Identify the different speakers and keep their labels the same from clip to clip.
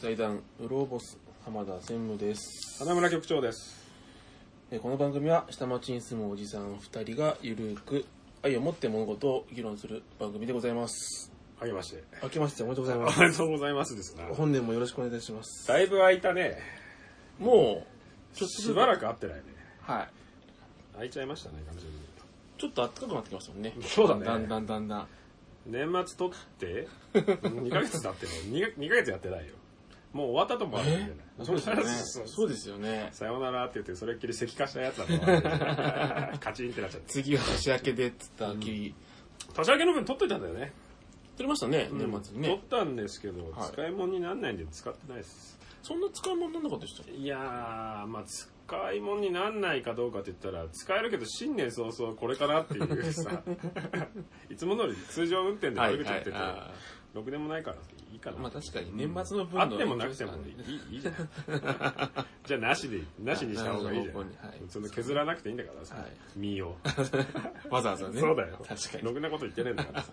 Speaker 1: 財団ウローボス浜田専務です
Speaker 2: 花村局長です。
Speaker 1: えこの番組は下町に住むおじさん2人がゆるく愛を持って物事を議論する番組でございます
Speaker 2: あげまして。
Speaker 1: 明けましておめでとうござい
Speaker 2: お
Speaker 1: ま
Speaker 2: め
Speaker 1: す
Speaker 2: でとうございますですな。
Speaker 1: 本年もよろしくお願いいたします
Speaker 2: だいぶ空いたね。
Speaker 1: もうちょっと
Speaker 2: しばらく会ってないね。
Speaker 1: はい
Speaker 2: 空いちゃいましたね、完全に。
Speaker 1: ちょっと暖かくなってきましたもんね
Speaker 2: そうだね
Speaker 1: だんだんだんだん
Speaker 2: 年末取って、2 ヶ月経っても2、2ヶ月やってないよ。もう終わったともあるんじゃない
Speaker 1: そうですよね
Speaker 2: そうそう
Speaker 1: そうですよね
Speaker 2: さようならって言って、それっきり石化したやつだと思われて カチンってなっちゃって。
Speaker 1: 次は年明けでっつったきり、
Speaker 2: 年明けの分取っといたんだよね。
Speaker 1: 取りましたね年末にね、
Speaker 2: 取ったんですけど、
Speaker 1: はい
Speaker 2: 使い物になんないんで使ってないです。
Speaker 1: そんな使い物になんなかったでしたっけ
Speaker 2: いやー、まあ、使い物になんないかどうかって言ったら、使えるけど、新年早々これかなってい うさ、いつも通り通常運転で悪口言ってて、
Speaker 1: あ
Speaker 2: ろくでもないから、いいか
Speaker 1: ー
Speaker 2: な。
Speaker 1: まあ確かに年末の分
Speaker 2: あ
Speaker 1: の
Speaker 2: ってもなくてもいいいいじゃん。 じゃあ、なしでいい、なしにした方がいいじゃん
Speaker 1: なるほど方向にはい。
Speaker 2: その削らなくていいんだからさ
Speaker 1: はい、
Speaker 2: 身を。
Speaker 1: わざわざね
Speaker 2: そうだよ。
Speaker 1: 確かに
Speaker 2: ろくなこと言ってねえんだ からさ、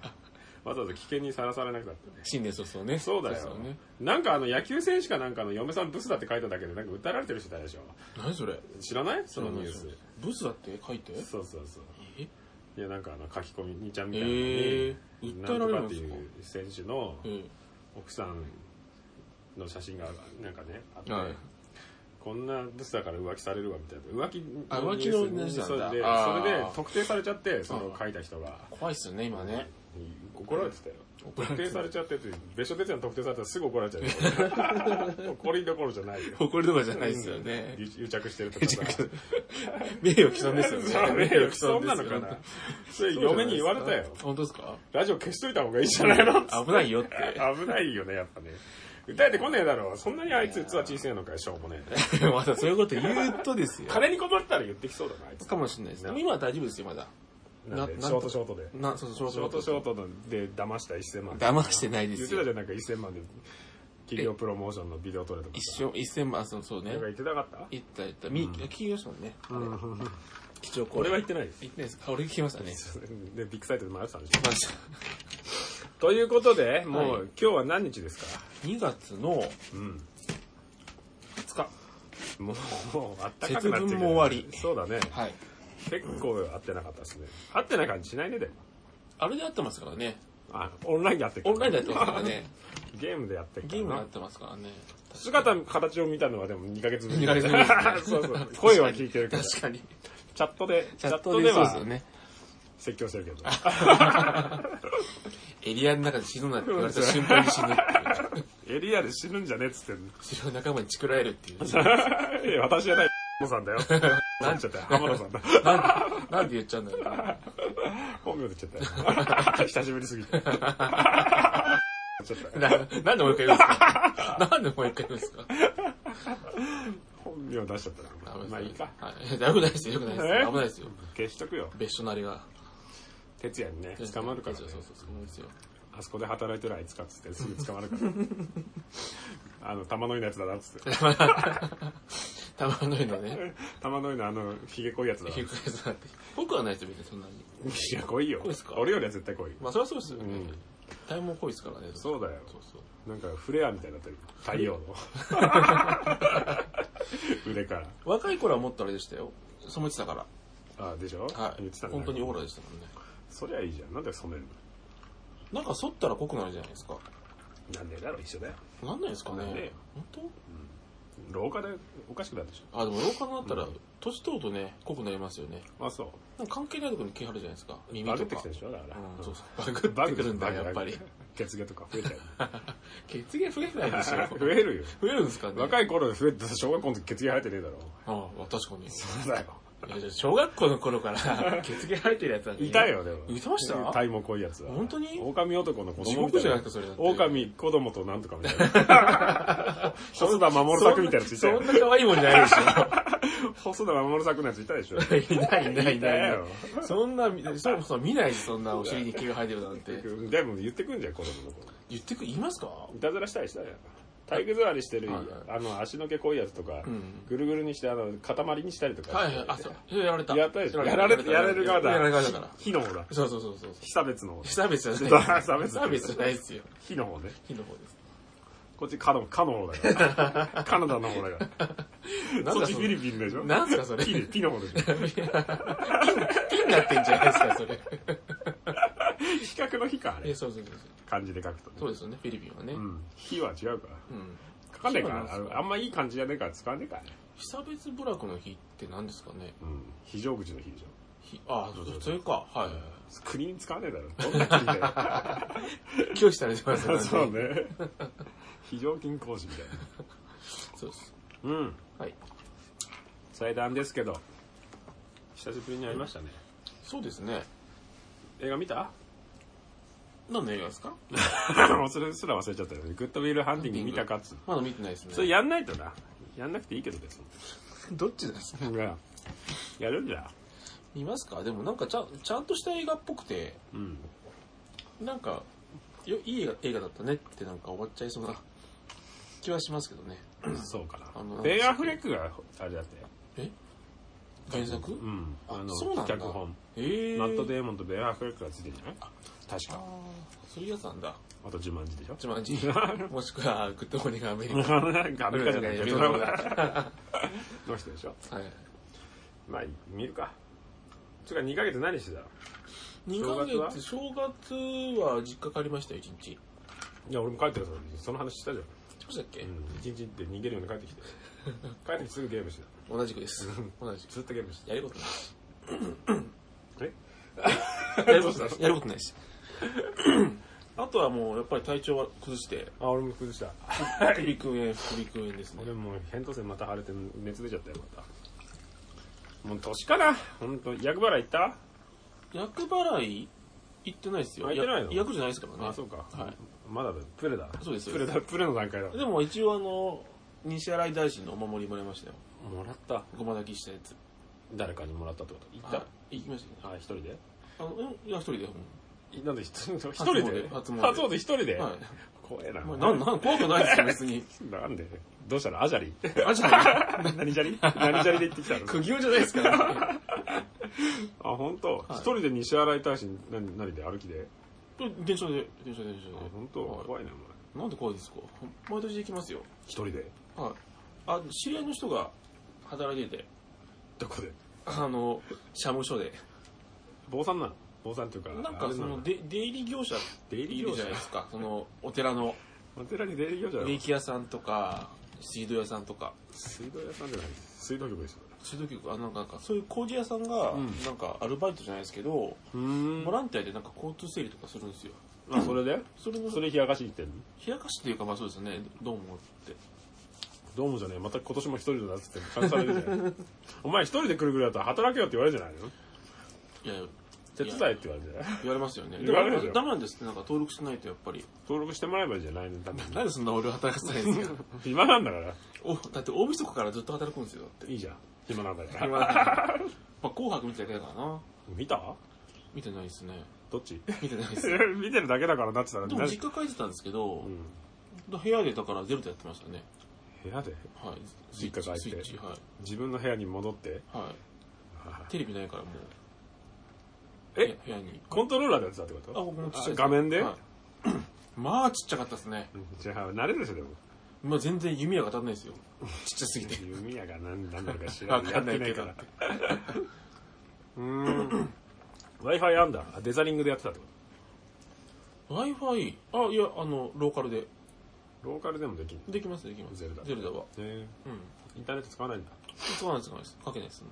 Speaker 2: わざわざ危険にさらされなくたってね。
Speaker 1: 新年早々ね
Speaker 2: そうだよ
Speaker 1: 早々ね。
Speaker 2: なんかあの野球選手かなんかの嫁さんブスだって書いただけでなんか訴えられてる人いたでしょ。
Speaker 1: 何それ
Speaker 2: 知らないそのニュース。
Speaker 1: ブスだって書いて
Speaker 2: そうそうそう。
Speaker 1: え
Speaker 2: いや、なんかあの書き込み、兄ちゃんみたいなのに、
Speaker 1: えー、訴えられる
Speaker 2: なん
Speaker 1: ん
Speaker 2: とかっ
Speaker 1: で
Speaker 2: て
Speaker 1: す
Speaker 2: い
Speaker 1: か
Speaker 2: う選手の
Speaker 1: ええ
Speaker 2: 奥さんの写真がなんかね、あって、
Speaker 1: はい
Speaker 2: こんなブスだから浮気されるわみたいな。浮気
Speaker 1: あ浮気の
Speaker 2: ニュース
Speaker 1: ニュースなんだ
Speaker 2: で
Speaker 1: あー
Speaker 2: それで特定されちゃって、その書いた人が。
Speaker 1: 怖いっすよね今ね
Speaker 2: 怒られて たよ。
Speaker 1: 怒られ
Speaker 2: 特
Speaker 1: て
Speaker 2: 定
Speaker 1: た
Speaker 2: されちゃってって、別所哲也の特定されたらすぐ怒られちゃう よ。怒りどころじゃないよ。
Speaker 1: 誇りとかじゃないですよね
Speaker 2: うん癒癒着してるとかさ。
Speaker 1: 名誉毀損ですよ
Speaker 2: そ
Speaker 1: ね
Speaker 2: う名誉毀損なのかな。それ嫁に言われたよ。
Speaker 1: 本当ですか
Speaker 2: ラジオ消しといた方がいいんじゃないのって
Speaker 1: 危ないよって
Speaker 2: 危ないよね、やっぱね。訴えてこねえだろ。そんなにあいつ器小さいのかよ、しょうもねえ。
Speaker 1: まだそういうこと言うとですよ
Speaker 2: 金に困ったら言ってきそうだな、あいつ。
Speaker 1: かもしれないですでも今は大丈夫ですよまだ
Speaker 2: なんでショートショートで。
Speaker 1: なそうそう
Speaker 2: ショートショートで騙した1000万。
Speaker 1: 騙してないで
Speaker 2: 言
Speaker 1: す
Speaker 2: ってた
Speaker 1: よ
Speaker 2: じゃん、なんか1000万で。企業プロモーションのビデオ撮れとかさ。
Speaker 1: 一生一千万あそうそうね
Speaker 2: なんか言ってなかった
Speaker 1: 行った行ったみ聞きましたもんねあれ基調講
Speaker 2: 俺
Speaker 1: 演
Speaker 2: は言ってないで
Speaker 1: 行ってないですか俺聞きましたね聞き
Speaker 2: す。で、ビッグサイトで迷ってたんでしょ。
Speaker 1: ました
Speaker 2: ということで、も
Speaker 1: は
Speaker 2: う今日は何日ですか
Speaker 1: 2月の
Speaker 2: うん。
Speaker 1: 2日
Speaker 2: もう、あったかくな
Speaker 1: 節
Speaker 2: ってきて
Speaker 1: 分
Speaker 2: る
Speaker 1: も終わり
Speaker 2: そうだね。
Speaker 1: はい
Speaker 2: 結構会ってなかったですね。会ってない感じしないね、でも。
Speaker 1: あれで合ってますからね
Speaker 2: あ、オンラインでやってる
Speaker 1: オンラインでやってますからね
Speaker 2: ゲームでやってるか
Speaker 1: ゲー
Speaker 2: ら
Speaker 1: ムでや
Speaker 2: な
Speaker 1: っ。てますからね
Speaker 2: 姿、形を見たのはでも2ヶ月ぶり。
Speaker 1: 二ヶ月ぶりですね
Speaker 2: そうそう。声は聞いてるけど。
Speaker 1: 確
Speaker 2: チ
Speaker 1: かに
Speaker 2: ャットで、チ
Speaker 1: チ
Speaker 2: ャ
Speaker 1: ャ
Speaker 2: ッ
Speaker 1: ッ
Speaker 2: ト
Speaker 1: ト
Speaker 2: で
Speaker 1: でそうですよ
Speaker 2: は
Speaker 1: ね
Speaker 2: 説教してるけど。
Speaker 1: エリアの中で死ぬなって言われた瞬間に死ぬっていう
Speaker 2: エリアで死ぬんじゃねえっつってんの
Speaker 1: 後ろ仲間にチクられるっていう
Speaker 2: いや、私じゃない、浜野さんだよ。 なんちゃったよ、浜野さんだ。
Speaker 1: なんなんで言っちゃうんだろう
Speaker 2: 本名で言っちゃった よ。久しぶりすぎて。ちょっと
Speaker 1: ななんでもう一回言うんです かなんでもう一回言うんですか
Speaker 2: 本名出しちゃった
Speaker 1: ダ
Speaker 2: な
Speaker 1: メです。
Speaker 2: まあいいか。
Speaker 1: はいだいぶないですよよくないです
Speaker 2: え
Speaker 1: よ危ないですよ
Speaker 2: 消しとくよ。
Speaker 1: 別所のあれが
Speaker 2: 徹夜にね、捕まるからね
Speaker 1: そう。そうそうそうですよ
Speaker 2: あそこで働いてるあいつかっつってすぐ捕まるから。 あの、玉の井のやつだなっつって。
Speaker 1: たまのいのね
Speaker 2: 玉の井のあの、ひげ濃いやつだな。
Speaker 1: ひっくり返って僕はないですよ別にそんなに
Speaker 2: いや、濃いよ
Speaker 1: うですか。
Speaker 2: 俺よりは絶対濃い。
Speaker 1: まあそれはそうですよね、
Speaker 2: うん
Speaker 1: 大門濃いですからね
Speaker 2: そうだよ。
Speaker 1: そうそう
Speaker 2: なんかフレアみたいになってる。太陽の。 腕から。
Speaker 1: 若い頃はもっとあれでしたよ染めてたから
Speaker 2: あ、でしょ
Speaker 1: はい
Speaker 2: 言ってたね
Speaker 1: 本当にオーラでしたもんね
Speaker 2: そりゃいいじゃん。なんで染める
Speaker 1: なんか剃ったら濃くなるじゃないですか
Speaker 2: のなんでだろ、一緒だよ。
Speaker 1: なんないですか
Speaker 2: なんで
Speaker 1: ね本
Speaker 2: 廊下でおかしくなるでし
Speaker 1: 当あでも老化になったら年取るとね濃くなりますよね
Speaker 2: ょ。あ、そう。
Speaker 1: なんか関係ないところに毛張るじゃないですか耳
Speaker 2: バ
Speaker 1: と
Speaker 2: グってき
Speaker 1: か
Speaker 2: たでしょだから。
Speaker 1: うんそうそうバグってくるんだよやっぱり。
Speaker 2: 血毛とか増えちゃう。
Speaker 1: 血毛増えないで しょ
Speaker 2: 増えるよ。
Speaker 1: 増えるんですかね
Speaker 2: 若い頃増えて、小学校の時血毛生えてねえだろ。
Speaker 1: ああ確かに
Speaker 2: そうだよ。
Speaker 1: いやじゃあ小学校の頃から 血毛生えてるやつなんてね
Speaker 2: いたよ、でも。
Speaker 1: いました
Speaker 2: タイも濃いやつは。
Speaker 1: 本当に
Speaker 2: 狼男の子供みた
Speaker 1: 地
Speaker 2: いな。
Speaker 1: 獄じゃないですかそれだって
Speaker 2: 狼子供となんとかみたいな。 細田守作みたいなやついた
Speaker 1: そ
Speaker 2: よ
Speaker 1: ん。な可愛いもんじゃないでしょ
Speaker 2: 細田守作のやついたでしょ。
Speaker 1: いないいないい
Speaker 2: た
Speaker 1: ない
Speaker 2: よ。
Speaker 1: そんな、そもそも見ないし、そんなお尻に毛が生えてるなん て。
Speaker 2: でも言ってくんじゃん、子供の子。
Speaker 1: 言ってく、言いますか
Speaker 2: いたずらしたりしたよ。体育座りしてる
Speaker 1: はい、
Speaker 2: あの、足の毛濃いやつとか、ぐるぐるにして、あの、塊にしたりとか。
Speaker 1: はいはい、あ、そう。それやられた。
Speaker 2: やったでしょ。や
Speaker 1: や
Speaker 2: ら
Speaker 1: ら
Speaker 2: れ
Speaker 1: れ
Speaker 2: て、
Speaker 1: た
Speaker 2: やられる側だ。
Speaker 1: やられる側だから。
Speaker 2: 火の方だ。
Speaker 1: そうそうそうそう。
Speaker 2: 被差別の方。
Speaker 1: 差別じゃない。
Speaker 2: 差別
Speaker 1: 差別じゃないですよ。
Speaker 2: 火の方ね。
Speaker 1: 火の方です。
Speaker 2: こっちカノ、カの方 だから。カナダの方だから。
Speaker 1: なん
Speaker 2: そっ
Speaker 1: だ
Speaker 2: ち
Speaker 1: そ
Speaker 2: フ
Speaker 1: の
Speaker 2: ィリピンでしょ
Speaker 1: なんすかそれ
Speaker 2: ピで、ピの方でしょ。
Speaker 1: ピンになってんじゃないですか、それ。
Speaker 2: 比較の比か、あ
Speaker 1: え、
Speaker 2: れ。
Speaker 1: そうそうそうそう。
Speaker 2: 漢字で書くとね。
Speaker 1: そうですよね、フィリピンはね。
Speaker 2: う
Speaker 1: うん。
Speaker 2: ん。比は違うから。書かねえか
Speaker 1: そうなんで
Speaker 2: ら。あ
Speaker 1: すよ
Speaker 2: のあんまいい漢字じゃねえから使わねえからね。
Speaker 1: 久別部落の日って何ですかね
Speaker 2: うん。非常口の比でしょ。
Speaker 1: ひあ
Speaker 2: そうそうそ
Speaker 1: あ、
Speaker 2: う
Speaker 1: それか。はいはいは
Speaker 2: 国に使わねえだろ。どんな国だよ。
Speaker 1: い。拒否されてますよね。
Speaker 2: そうね。非常勤講師みたい
Speaker 1: そうです。
Speaker 2: な。うん。
Speaker 1: はい。
Speaker 2: 祭壇ですけど、久しぶりに会いましたね。
Speaker 1: そうですね。
Speaker 2: 映画見た
Speaker 1: 何の映画ですか
Speaker 2: もうそれすら忘れちゃったよね。グッドウィルハンティング見たかっつうの
Speaker 1: まだ見てないですね。
Speaker 2: それ やんないとな。やんなくていいけど別
Speaker 1: どっちですか
Speaker 2: に。やるんじゃ。
Speaker 1: 見ますかでもなんかちゃんちゃんとした映画っぽくて、
Speaker 2: うん。
Speaker 1: なんか、よいい映画映画だったねってなんか終わっちゃいそうな 気はしますけどね。
Speaker 2: そうか
Speaker 1: あの
Speaker 2: な。ベン・アフレックがあれだって。
Speaker 1: え原作
Speaker 2: うん。
Speaker 1: あ
Speaker 2: あの、
Speaker 1: そうなんだ
Speaker 2: 脚本。
Speaker 1: えー。
Speaker 2: マット・デーモンとベン・アフレックがついてるんじゃない確
Speaker 1: あ
Speaker 2: か。
Speaker 1: ーそういうやつなんだ。
Speaker 2: あと自慢字でしょ
Speaker 1: 一番人もしくは、グッドモーニングアメリカ。は
Speaker 2: なんかアメリカじゃないベト ナムだ。の人でしょ
Speaker 1: い。
Speaker 2: まあ、見るか。つうか、2ヶ月何してたの
Speaker 1: 2ヶ
Speaker 2: 正月は
Speaker 1: 月、正月は実家帰りましたよ、1日。
Speaker 2: いや、俺も帰ってるからその話したじゃん。
Speaker 1: どうしたっけ、
Speaker 2: うん。一日って逃げるように帰ってき て。帰ってきてすぐゲームして
Speaker 1: 同じくです。同じ
Speaker 2: た。ずっとゲームして
Speaker 1: やることない。
Speaker 2: た。え
Speaker 1: やることないです。やることないです。 あとはもう、やっぱり体調は崩して、
Speaker 2: あ、俺も崩した。
Speaker 1: 首腔炎、首腔炎ですね
Speaker 2: 俺。もう、扁桃腺また腫れて熱出ちゃったよ、また。もう年かなほんと。厄払い行った
Speaker 1: 薬払い行ってないですよ。
Speaker 2: あ行ってないの
Speaker 1: や薬じゃないですからね。
Speaker 2: あ、そうか。
Speaker 1: は
Speaker 2: まだだ。プレだ。
Speaker 1: そうです
Speaker 2: プレだ。プレの段階だ。
Speaker 1: い。でも一応あの、西新井大臣のお守りもらいましたよ。
Speaker 2: もらった。
Speaker 1: ごま炊きしたやつ。
Speaker 2: 誰かにもらったってこと行った
Speaker 1: あ行きましたね。
Speaker 2: あ、一人で
Speaker 1: あの、うんいや、一人で。うん
Speaker 2: いなんで一人で一人で
Speaker 1: 初詣
Speaker 2: 初詣一人で
Speaker 1: は
Speaker 2: 怖えな。
Speaker 1: い。まあ、なん、なん、怖くないですよ、別に。
Speaker 2: なんでどうしたのアジ ャリ
Speaker 1: あ、じゃない。
Speaker 2: 何じゃり何じゃりで行ってきたの
Speaker 1: 苦行じゃないです から、ね。
Speaker 2: あ、本当。一人で西新井大使何、何で歩きで。
Speaker 1: 電車で、電車で、電車で
Speaker 2: あ、。本当。
Speaker 1: はい
Speaker 2: 怖いね、お前。
Speaker 1: なんで怖いですか毎年行きますよ。
Speaker 2: 一人で。
Speaker 1: はい。あ、知り合いの人が働いてて、
Speaker 2: どこで
Speaker 1: あの、社務所で。
Speaker 2: 坊さんなの坊さんっていうか。
Speaker 1: なんかそ
Speaker 2: あれ
Speaker 1: の、で出入り業者
Speaker 2: 出入
Speaker 1: い
Speaker 2: り
Speaker 1: る
Speaker 2: 業
Speaker 1: じ
Speaker 2: 者
Speaker 1: ゃないですか。その、お寺の
Speaker 2: お寺に出入り業者だろ
Speaker 1: 植木屋さんとか、水道屋さんとか、
Speaker 2: 水道屋さんじゃない水道局でし
Speaker 1: 水道局、あ、なんか、なんかそういう工事屋さんが、
Speaker 2: うん
Speaker 1: なんか、アルバイトじゃないですけど、
Speaker 2: ょ。うん
Speaker 1: ボ。ランティアでなんか交通整理とかするんですよ。
Speaker 2: あ、それで
Speaker 1: それの、
Speaker 2: それ冷やかし行ってんの
Speaker 1: 冷やかしというか、まあそうですね、どうもって。
Speaker 2: どうもじゃねえ。また今年も一人だなっつって感じされるじゃ ん。お前一人で来るぐらいだと働けよって言われるじゃないの
Speaker 1: いや、
Speaker 2: 手伝えって言われるじゃない
Speaker 1: 言われますよね。
Speaker 2: 言われるでしょ
Speaker 1: ダメなんですって、なんか登録しないとやっぱり。
Speaker 2: 登録してもらえばいいじゃないのだって
Speaker 1: なんでそんな俺を働かせないんですか
Speaker 2: 暇なんだから。
Speaker 1: おだって大晦日からずっと働くんですよ、だって。
Speaker 2: いいじゃん。暇なんだから。
Speaker 1: 今、まあ、紅白見てただけだからな。
Speaker 2: 見た
Speaker 1: 見てないですね。
Speaker 2: どっち
Speaker 1: 見てないです。
Speaker 2: 見てるだけだからなってたら、
Speaker 1: でも
Speaker 2: な
Speaker 1: 実家帰ってたんですけど
Speaker 2: う、ん
Speaker 1: 部屋でだからゼロでやってましたね。
Speaker 2: 部屋で
Speaker 1: はい。スイ
Speaker 2: 実
Speaker 1: ッ
Speaker 2: 家帰って
Speaker 1: チ、スイッチ、は
Speaker 2: 自分の部屋に戻って、
Speaker 1: い。はい。テレビないからもう。
Speaker 2: え
Speaker 1: 部屋部屋に。
Speaker 2: コントローラーでやってたってこ
Speaker 1: あ、
Speaker 2: と
Speaker 1: 僕もちっちゃいす
Speaker 2: 画面で
Speaker 1: はい まあちっちゃかったですね。
Speaker 2: うんじゃあ、慣れるでしょ、でも。
Speaker 1: まあ全然弓矢が当たんないですよ。 ちっちゃすぎて。
Speaker 2: 弓矢が何なんだか知ら
Speaker 1: わ
Speaker 2: ない。
Speaker 1: か
Speaker 2: や
Speaker 1: ん
Speaker 2: っ
Speaker 1: な
Speaker 2: て
Speaker 1: い
Speaker 2: な
Speaker 1: け
Speaker 2: い
Speaker 1: ど
Speaker 2: か。ら。うーん。Wi-Fi あんだ。あデザリングでやってたってこ
Speaker 1: Wi-Fi? あ、いや、あの、ローカルで。
Speaker 2: とローカルでもできる。
Speaker 1: できます、できます。
Speaker 2: ゼルダ
Speaker 1: ゼルダは。
Speaker 2: え
Speaker 1: うん。
Speaker 2: インターネット使わないんだ。
Speaker 1: 使わないです、使わないです。かけないです。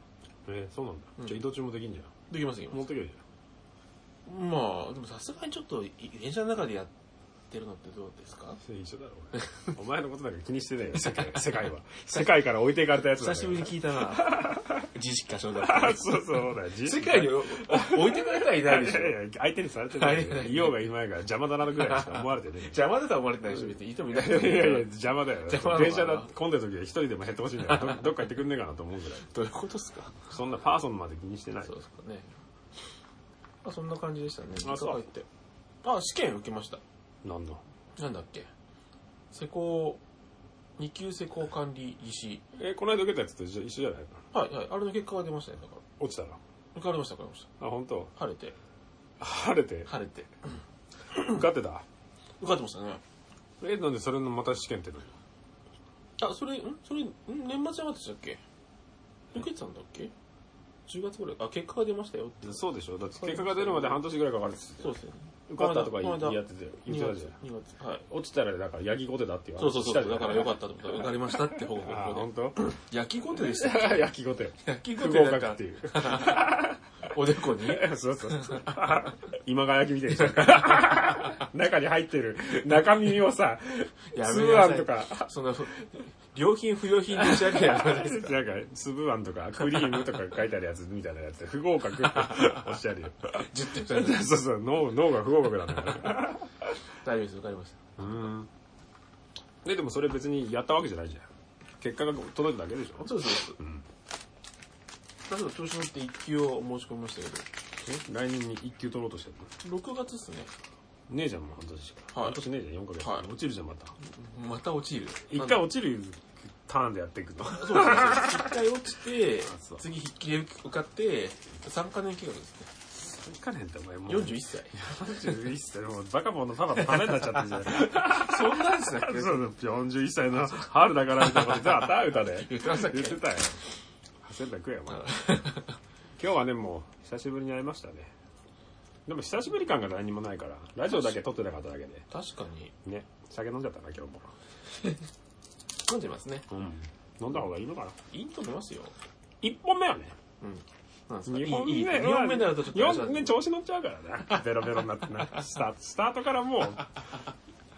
Speaker 2: えーそうなん
Speaker 1: うん
Speaker 2: だ。じゃあ移動中もできんじゃん。
Speaker 1: できます、でき
Speaker 2: 持
Speaker 1: ま
Speaker 2: っ
Speaker 1: す。
Speaker 2: てけばいいじ
Speaker 1: まあ、でもさすがにちょっと、い電車の中でやってるのってどうですか
Speaker 2: ゃん。一緒だろ、俺お前のことなんか気にしてないよ、世界世界は。世界から置いていかれたやつだ
Speaker 1: 久し
Speaker 2: から
Speaker 1: ぶりに聞いたな。 自識過小だって。
Speaker 2: あそうそうだよ。
Speaker 1: 世界 にお置いてくれたらいないでしょ
Speaker 2: い。やいや、相手にされてない
Speaker 1: はい。
Speaker 2: いようがいまいが邪魔だなぐらいしか思われてね
Speaker 1: 邪魔だとは思われてないでしょ、別に。いてもいない
Speaker 2: いやいやいや、
Speaker 1: で
Speaker 2: 邪魔だよ。
Speaker 1: 邪魔だな
Speaker 2: 電車だ混んでる時は一人でも減ってほしいんだよ。どどっか行ってくんねえかなと思うぐらい。
Speaker 1: どういうことですか
Speaker 2: そんなパーソンまで気にしてない
Speaker 1: そう。ですかね。あ、そんな感じでしたね。
Speaker 2: あそ
Speaker 1: 実
Speaker 2: う
Speaker 1: 家帰って。あ、試験受けました。
Speaker 2: なんだ。
Speaker 1: なんだっけ施工、二級施工管理技師。
Speaker 2: え、この間受けたやつと一緒一緒じゃないの
Speaker 1: はい、はい。あれの結果が出ましたね、だから。
Speaker 2: 落ちたら。
Speaker 1: 受かりました、受かりまし
Speaker 2: あ、本当。
Speaker 1: た。晴れて、
Speaker 2: 晴れて。
Speaker 1: 晴れて。
Speaker 2: 受かってた。
Speaker 1: 受かってましたね。
Speaker 2: えなんでそれのまた試験っての
Speaker 1: あ、それ、んそれ、ん年末じゃなかったでしたっけ受けてたんだっけ ?10 月ぐらい。あ、結果が出ましたよって。
Speaker 2: そうでしょだって結果が出るまで半年ぐらいかかるっつって
Speaker 1: そうですよね。
Speaker 2: 受かったとか言
Speaker 1: この間
Speaker 2: いやってたよ言っ
Speaker 1: 2
Speaker 2: てたじ
Speaker 1: 月
Speaker 2: ゃん。
Speaker 1: 2月。はい。
Speaker 2: 落ちたらなんかヤギゴテだっていう
Speaker 1: そうそうそう。だからよか
Speaker 2: っ
Speaker 1: ったと思った。受かりましたって報告
Speaker 2: ああ
Speaker 1: ここ
Speaker 2: 本当
Speaker 1: で。焼きごてでしたっ
Speaker 2: ヤギゴテ
Speaker 1: け焼きご
Speaker 2: 不
Speaker 1: て
Speaker 2: 合
Speaker 1: なん
Speaker 2: 格
Speaker 1: か
Speaker 2: っていう
Speaker 1: おでこに。
Speaker 2: そうそうそう今川焼きみたいにして る中に入ってる中身をさ
Speaker 1: やめ
Speaker 2: 粒
Speaker 1: な
Speaker 2: あん
Speaker 1: さ
Speaker 2: と
Speaker 1: い。
Speaker 2: か
Speaker 1: そんな、良品不良品で仕上げてやるじゃないですか。
Speaker 2: なんか、粒あんとか、クリームとか書いてあるやつみたいなやつで、不合格っておっし ゃるよ。
Speaker 1: 10
Speaker 2: そう
Speaker 1: 点取られた
Speaker 2: そう、脳、脳が不合格なんだから。
Speaker 1: 大丈夫です。受かりました。
Speaker 2: うん。で、でもそれ別にやったわけじゃないじゃん。結果が届いただけでしょ
Speaker 1: そうです、そうです。だけど調子乗って1級を申し込みましたけ
Speaker 2: え来年に1級取ろうとしてるの
Speaker 1: ど、6月ですね。
Speaker 2: ねえじゃん、もう半年しか。
Speaker 1: はい
Speaker 2: 半年ねえじゃん、4ヶ月。
Speaker 1: はい
Speaker 2: 落ちるじゃん、また。
Speaker 1: また落ちる。
Speaker 2: 一回落ちるターンでやっていく の。
Speaker 1: そうそうそう。一回落ちて
Speaker 2: そう、
Speaker 1: 次筆記で受かって、3カ年計画ですね。
Speaker 2: いかねえんだ、お前もう。
Speaker 1: 41歳。
Speaker 2: 41歳。もうバカボンのパパのためになっちゃってるじゃん。
Speaker 1: そんなんでしたっけ
Speaker 2: そうだ、41歳の春だからみたいなこと言ってたあ歌で。
Speaker 1: 言ってましたっけ
Speaker 2: 言ってたよ。焦った食えよ、お前。今日はね、もう、久しぶりに会いましたね。でも、久しぶり感が何にもないから、ラジオだけ撮ってなかっただけで。
Speaker 1: 確かに。
Speaker 2: ね、酒飲んじゃったな、今日も。
Speaker 1: 飲んでますね。
Speaker 2: うん。飲んだ方がいいのかな。
Speaker 1: いいと思いますよ。
Speaker 2: 1本目はね。
Speaker 1: うん。なんですか
Speaker 2: 2本目
Speaker 1: いいいい
Speaker 2: は
Speaker 1: 二本目になるとちょっとあれ
Speaker 2: 四
Speaker 1: なん
Speaker 2: 本目
Speaker 1: で
Speaker 2: 調子乗っちゃうからな。ベロベロになってな。スタート、スタート からもう、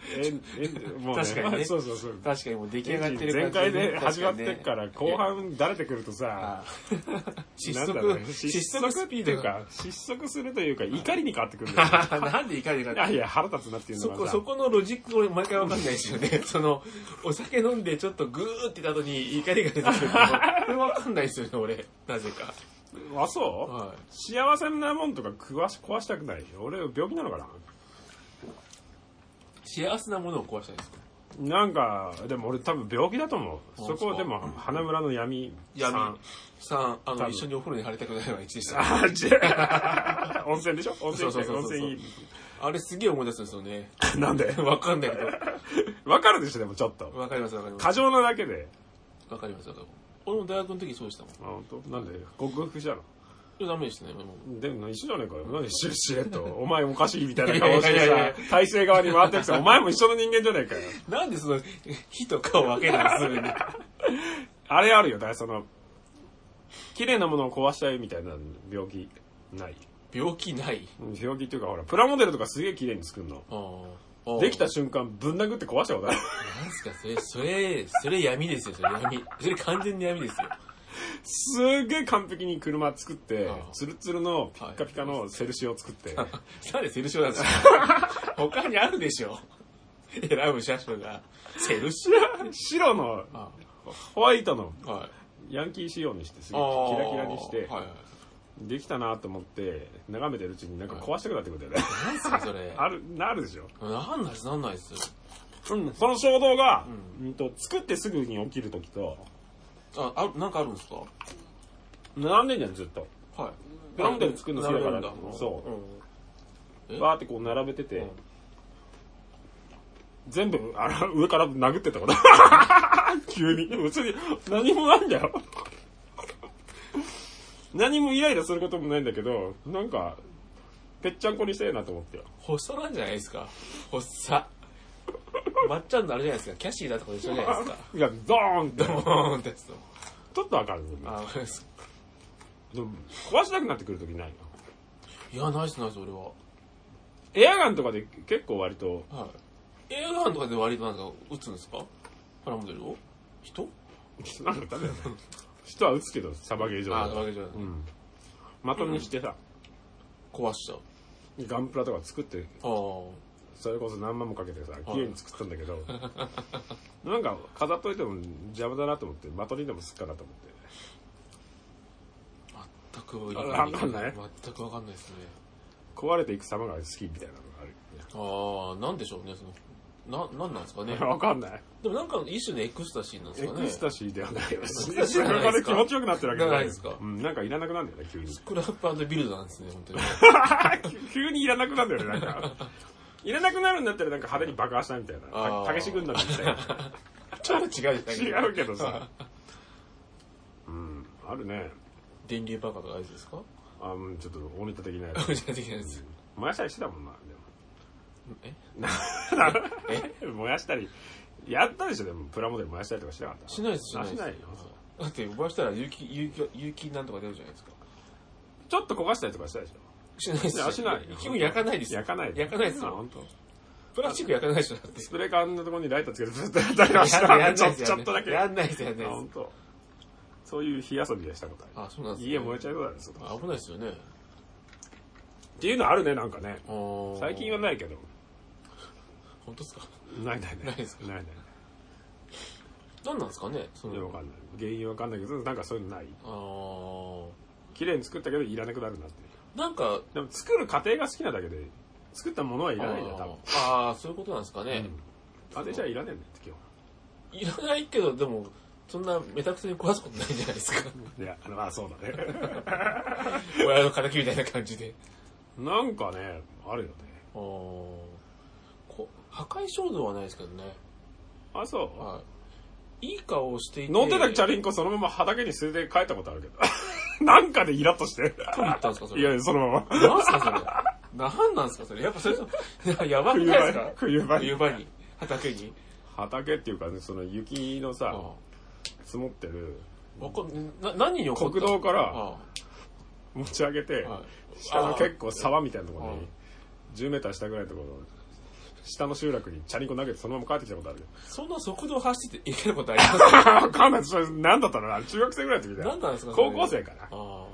Speaker 2: えん、えん、もう、
Speaker 1: 確かにね
Speaker 2: そうそうそう。
Speaker 1: 確かにもう出来上がってる
Speaker 2: 前
Speaker 1: 感
Speaker 2: 回
Speaker 1: じね
Speaker 2: で始まってっか。ら、
Speaker 1: 確にね
Speaker 2: 後半だれてくるとさ
Speaker 1: あ、失
Speaker 2: なんだろう
Speaker 1: 速
Speaker 2: ね、
Speaker 1: 失
Speaker 2: 失
Speaker 1: 速
Speaker 2: 速
Speaker 1: ス
Speaker 2: って
Speaker 1: ピ
Speaker 2: い
Speaker 1: ード
Speaker 2: う
Speaker 1: が。
Speaker 2: か、失速するというか、怒りに変わってくるんだよ。
Speaker 1: なんでいかにか
Speaker 2: いやいや、腹立つなっていう
Speaker 1: そ
Speaker 2: の
Speaker 1: こ、
Speaker 2: は
Speaker 1: そ
Speaker 2: さ、
Speaker 1: このロジックを毎回わかんないですよね。その、お酒飲んでちょっとグーって言った後に怒りが出て くるの。これわかんないですよね、俺。なぜか。
Speaker 2: あ、そう
Speaker 1: は。
Speaker 2: 幸せなもんとか食わし壊したくない。俺、病気なのかない
Speaker 1: 幸せなものを壊したいですか
Speaker 2: なんか、でも俺多分病気だと思
Speaker 1: あ
Speaker 2: う。そこ
Speaker 1: そう
Speaker 2: でも、花村の闇さ
Speaker 1: 闇
Speaker 2: ん。。
Speaker 1: 3、あの、
Speaker 2: 分
Speaker 1: 一緒にお風呂に入りたくないのが1でした。
Speaker 2: あ、じゃ 温泉でしょ温泉行きたい
Speaker 1: そうそうそう
Speaker 2: 温
Speaker 1: そう
Speaker 2: 泉いい。
Speaker 1: あれすげえ思い出すんですよね。
Speaker 2: なんで
Speaker 1: わかんないけど。
Speaker 2: わかるでしょ、でもちょっと。
Speaker 1: わかりますわかります
Speaker 2: 過。剰なだけで。
Speaker 1: わかりますわかります。俺も大学の時そうでしたもん。い
Speaker 2: あ、本当？なんで克服したの
Speaker 1: や、ダメでしたね、もう。
Speaker 2: でも一緒じゃねえかよ。何しれしれっと。お前おかしいみたいな顔し
Speaker 1: いや
Speaker 2: て
Speaker 1: いやいや
Speaker 2: さ、体制側に回ってくさ、お前も一緒の人間じゃねえかよ。
Speaker 1: なんでその、火と顔を分けないすぐ に。
Speaker 2: あれあるよ、だからその、綺麗なものを壊したいみたいな病気、ない。
Speaker 1: 病気ない。
Speaker 2: うん病気っていうかほら、プラモデルとかすげえ綺麗に作るの。
Speaker 1: あー
Speaker 2: できた瞬間、ぶん殴って壊した ことある。
Speaker 1: なんすか、それ、それ、それ闇ですよ、それ闇。それ完全に闇ですよ。
Speaker 2: すっげえ完璧に車作って
Speaker 1: ああ、
Speaker 2: ツルツルのピッカピカのセルシオ作って、
Speaker 1: なんでセルシオなんですか 他にあるでしょ選ぶ車種が。セルシ
Speaker 2: 白の
Speaker 1: オあ
Speaker 2: ホワイトの
Speaker 1: はい。
Speaker 2: ヤンキー仕様にして、す
Speaker 1: あ
Speaker 2: げえ
Speaker 1: ー
Speaker 2: キラキラにして、
Speaker 1: はいはい。
Speaker 2: できたなと思って、眺めてるうちになんか壊したくなってくるんだよね。
Speaker 1: なんすか、それ。
Speaker 2: ある、なるでしょ。
Speaker 1: なんないです、なんないですよ。
Speaker 2: うん、その衝動が、うんと、作ってすぐに起きるときと、
Speaker 1: あ、あ、なんかあるんですか
Speaker 2: 並んでんじゃん、ずっと。
Speaker 1: はい。
Speaker 2: 並んで作るの好きだから
Speaker 1: 並べるんだ
Speaker 2: そうん
Speaker 1: え
Speaker 2: バーってこう並べてて、
Speaker 1: うん
Speaker 2: 全部、あら、上から殴ってったこと。 急に。別に、何もないんだよ。何もイライラすることもないんだけど、なんか、ぺっちゃんこにしてえなと思ってよ。
Speaker 1: 発作なんじゃないですか発作。まっちゃんのあれじゃないですか、キャッシーだとかと一緒じゃないで すか。
Speaker 2: いや、ドーンって。
Speaker 1: ドーンってやつと。
Speaker 2: ちょっとわかるね
Speaker 1: あ、わかります。
Speaker 2: でも壊したくなってくるときないの。
Speaker 1: いや、ないっす、ないっす、俺は。
Speaker 2: エアガンとかで結構割と、
Speaker 1: はい。映画館とかで割となんか撃つんですかプラモデルを人
Speaker 2: なんかダメだね。人は撃つけど、サバゲー場
Speaker 1: ああ、
Speaker 2: だ
Speaker 1: そう
Speaker 2: か
Speaker 1: いうわ
Speaker 2: ら。
Speaker 1: けじゃない。
Speaker 2: うん。的にしてさ、
Speaker 1: 壊しちゃう。
Speaker 2: ガンプラとか作って
Speaker 1: ああ。
Speaker 2: それこそ何万もかけてさ綺麗に作ったんだけどなんか飾っといても邪魔だなと思って的にでもすっかなと思って
Speaker 1: 全くわ
Speaker 2: あわかんない
Speaker 1: 全くわかんないですね。
Speaker 2: 壊れていく様が好きみたいなのがあ
Speaker 1: あ
Speaker 2: る
Speaker 1: あ、なんでしょうね、その、な、なんなんですか ね。
Speaker 2: わかんない
Speaker 1: でもなんか一種のエクスタシーなんです
Speaker 2: エ
Speaker 1: かね。
Speaker 2: クスタシーではないよ別に
Speaker 1: エクスタシーじゃないですか
Speaker 2: 気持ちよくなってるわけ
Speaker 1: じゃ
Speaker 2: じゃない
Speaker 1: ないですか
Speaker 2: うん、なんかいらなくなるんだよね 急に
Speaker 1: スクラップビルドなんですね、本当に。
Speaker 2: 急にいらなくなるんだよねなんかいらなくなるんだったらなんか派手に爆破したみたいな。
Speaker 1: あー
Speaker 2: たたけし軍団みた いな。
Speaker 1: ちょっと違うじゃない
Speaker 2: 違うけ どさ。うん、あるね。
Speaker 1: 電流爆破とかあるんですか
Speaker 2: あうんちょっと大ネタ的なやつ。
Speaker 1: 無茶的なやつ。
Speaker 2: 燃やしたりしてたもんな、
Speaker 1: え
Speaker 2: でも。え燃やしたり。やったでしょ、でも、プラモデル燃やしたりとかしてなかった。
Speaker 1: しないです、し
Speaker 2: あ
Speaker 1: ない
Speaker 2: し
Speaker 1: です
Speaker 2: ないよ。
Speaker 1: だって、燃やしたら有機、有機、有機なんとか出るじゃないですか。
Speaker 2: ちょっと焦がしたりとかしたでしょ。
Speaker 1: しないで
Speaker 2: いやしない
Speaker 1: 一応焼かないですよ。
Speaker 2: 焼かないで
Speaker 1: 焼かないです
Speaker 2: あ、
Speaker 1: よ。
Speaker 2: 本当。
Speaker 1: プラスチック焼かないでしょ、だって。
Speaker 2: スプレー缶のところにライターつけて、ずっとやったりはした。
Speaker 1: やん
Speaker 2: ち
Speaker 1: ない
Speaker 2: ょ
Speaker 1: ですよ
Speaker 2: ちょっとだけ。
Speaker 1: やんないです、やんない
Speaker 2: あ
Speaker 1: で
Speaker 2: 本当。そういう火遊びでしたことある。
Speaker 1: す。あ、そうなんですね
Speaker 2: 家燃えちゃうことあるんですよ。
Speaker 1: あ危ないですよね。
Speaker 2: っていうのあるね、なんかね。最近
Speaker 1: な
Speaker 2: は
Speaker 1: い。
Speaker 2: ないけど。
Speaker 1: 本当ですか
Speaker 2: ないないない。
Speaker 1: ないですか
Speaker 2: ないない。
Speaker 1: 何なんですかねそ
Speaker 2: いや、わ
Speaker 1: の、
Speaker 2: かんない。原因わかんないけど、なんかそういうのない。
Speaker 1: あー
Speaker 2: 綺麗に作ったけど、いらなくなるなっていう。
Speaker 1: なんか、
Speaker 2: でも作る過程が好きなだけで、作ったものはいらないんだよ、多分。
Speaker 1: あーあー、そういうことなんですかね。
Speaker 2: あれじゃいらねえんだよ、基本。
Speaker 1: いらないけど、でも、そんなめたくそに壊すことないじゃないですか。
Speaker 2: いや、まあそうだね。
Speaker 1: 親の敵みたいな感じで。
Speaker 2: なんかね、あるよね。
Speaker 1: あーこ破壊衝動はないですけどね。
Speaker 2: あ、そ。
Speaker 1: はい。いい顔をしていうて。
Speaker 2: 乗ってたチャ
Speaker 1: リ
Speaker 2: リンコそのまま畑に捨てて帰ったことあるけど。 なんかでイラッとして。
Speaker 1: 取り行ったんですかそ
Speaker 2: い
Speaker 1: れ。
Speaker 2: やいや、そのまま。
Speaker 1: なんすかそれ。なんなんすかそれ。やっぱそれと、やばく
Speaker 2: 冬
Speaker 1: ないです
Speaker 2: 場に
Speaker 1: か。
Speaker 2: 冬場に
Speaker 1: 冬。場に、畑に。
Speaker 2: 畑っていうかね、その雪の
Speaker 1: あ
Speaker 2: さ、
Speaker 1: ー
Speaker 2: 積もってる、
Speaker 1: わかんな何に怒った
Speaker 2: 国道から
Speaker 1: あ
Speaker 2: 持ち上げて、
Speaker 1: ーはい
Speaker 2: 下の
Speaker 1: あー
Speaker 2: 結構沢みたいなところ
Speaker 1: う
Speaker 2: に
Speaker 1: ん、
Speaker 2: 10メーター下ぐらいのところ、下の集落にチャリンコ投げてそのまま帰ってきたことあるよ。
Speaker 1: そんな速度走ってていけることあります か
Speaker 2: わかんない。それ何だったのあれ中学生ぐらいの時だよ。
Speaker 1: 何なんですかそれ
Speaker 2: 高校生かな
Speaker 1: あ。あ。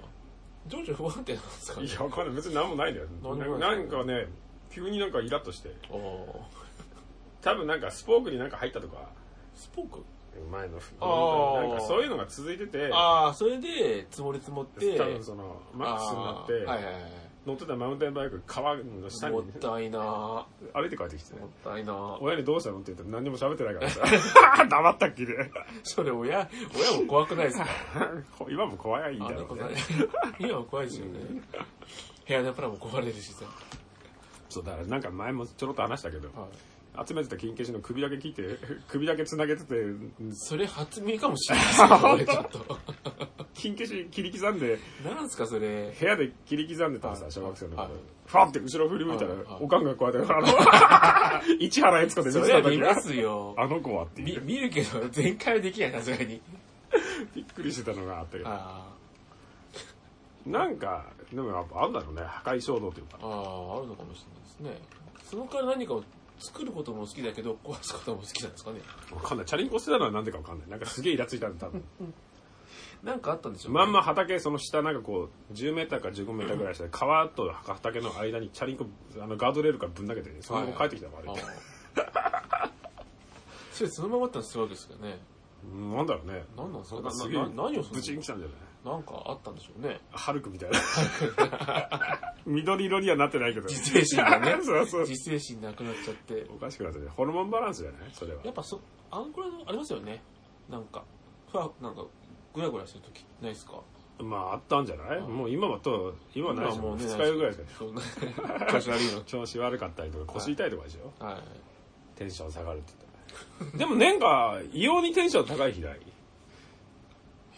Speaker 1: 情緒不安定なんですかね
Speaker 2: い。や、わかんない。別に何もないんだよ。
Speaker 1: 何もない
Speaker 2: なんかね、急になんかイラッとして。
Speaker 1: ああ。
Speaker 2: 多分なんかスポークになんか入ったとか、
Speaker 1: スポーク
Speaker 2: 前の服
Speaker 1: あー
Speaker 2: なんかそういうのが続いてて、
Speaker 1: ああ、それで、積もり積もって、
Speaker 2: 多分その、マックスになって、
Speaker 1: ああはいはいはい。
Speaker 2: 乗ってたマウンテンバイク、川の下に
Speaker 1: もったいなも
Speaker 2: 歩いて帰ってきてね。
Speaker 1: ったいな
Speaker 2: 親にどうしたのって言ったら何にも喋ってない からさ。黙ったっきりで。
Speaker 1: それ親、親も怖くないです か
Speaker 2: 今も怖いん
Speaker 1: あ
Speaker 2: だ
Speaker 1: んな
Speaker 2: ろ
Speaker 1: こ
Speaker 2: う
Speaker 1: とない
Speaker 2: ね。。
Speaker 1: 今は怖いですよね。部屋のプラも壊れるしさ。
Speaker 2: そうだからなんか前もちょろっと話したけど、
Speaker 1: はい
Speaker 2: 集めてた金消しの首だけ切って、 首だけ繋げてて、
Speaker 1: それ発明かもしれないですけど、 俺ちょっと。
Speaker 2: 金消し切り刻んで、
Speaker 1: なんすかそれ。
Speaker 2: 部屋で切り刻んでたら
Speaker 1: は
Speaker 2: さ、
Speaker 1: い
Speaker 2: 小学生の
Speaker 1: はい
Speaker 2: 頃。ファンって後ろ振り向いたら
Speaker 1: はいはい、
Speaker 2: おかんがこうやって、あ の、市原悦子で
Speaker 1: そ
Speaker 2: 見て
Speaker 1: れは
Speaker 2: た
Speaker 1: 見
Speaker 2: 時
Speaker 1: ますよ。
Speaker 2: あの子はってい
Speaker 1: 見、
Speaker 2: う。
Speaker 1: 見るけど、全開はできない、さすがに。
Speaker 2: びっくりしてたのがあったけど。
Speaker 1: あ
Speaker 2: なんか、でもやっぱあんだろうね、破壊衝動というか
Speaker 1: あ、。ああ、あるのかもしれないですね。そのから何かを作ることも好きだけど、壊すことも好きなんですかね。
Speaker 2: わかんない。チャリンコしてたのはなんでかわかんない。なんかすげえイラついたんだ、多分。
Speaker 1: なんかあったんでしょうね
Speaker 2: まんま畑、その下なんかこう、10メーターか15メーターぐらい下で、川と畑の間にチャリンコ、あの、ガードレールからぶん投げて、そのまま帰ってきたの、あれ。
Speaker 1: ああ それそのままだったらすごいですけどね。
Speaker 2: うんなんだろうね。
Speaker 1: なんなんですか
Speaker 2: なんかす
Speaker 1: な
Speaker 2: げえ
Speaker 1: な、何をする
Speaker 2: ぶちん来たんじゃない
Speaker 1: なんかあったんでしょうね。
Speaker 2: ハルクみたいな。 緑色にはなってないけど。
Speaker 1: 自制心がね
Speaker 2: そうそう。
Speaker 1: 自制心なくなっちゃって。
Speaker 2: おかしくなってね。ホルモンバランスじゃないそれは
Speaker 1: や。っぱそ、あんくらいのありますよね。なんか、ふわ、なんか、ぐらぐらしてるとき、ないですか
Speaker 2: まあ、あったんじゃないもう今はと、今はないでし
Speaker 1: 今
Speaker 2: ょ。
Speaker 1: は
Speaker 2: 二日
Speaker 1: ない
Speaker 2: 酔いぐらいしか。
Speaker 1: そんな、 調子悪い
Speaker 2: 調子悪かったりとか、腰痛いとかでしょ
Speaker 1: の。はい。
Speaker 2: テンション下がるって言 ったら。でもなんか、異様にテンション高い日ない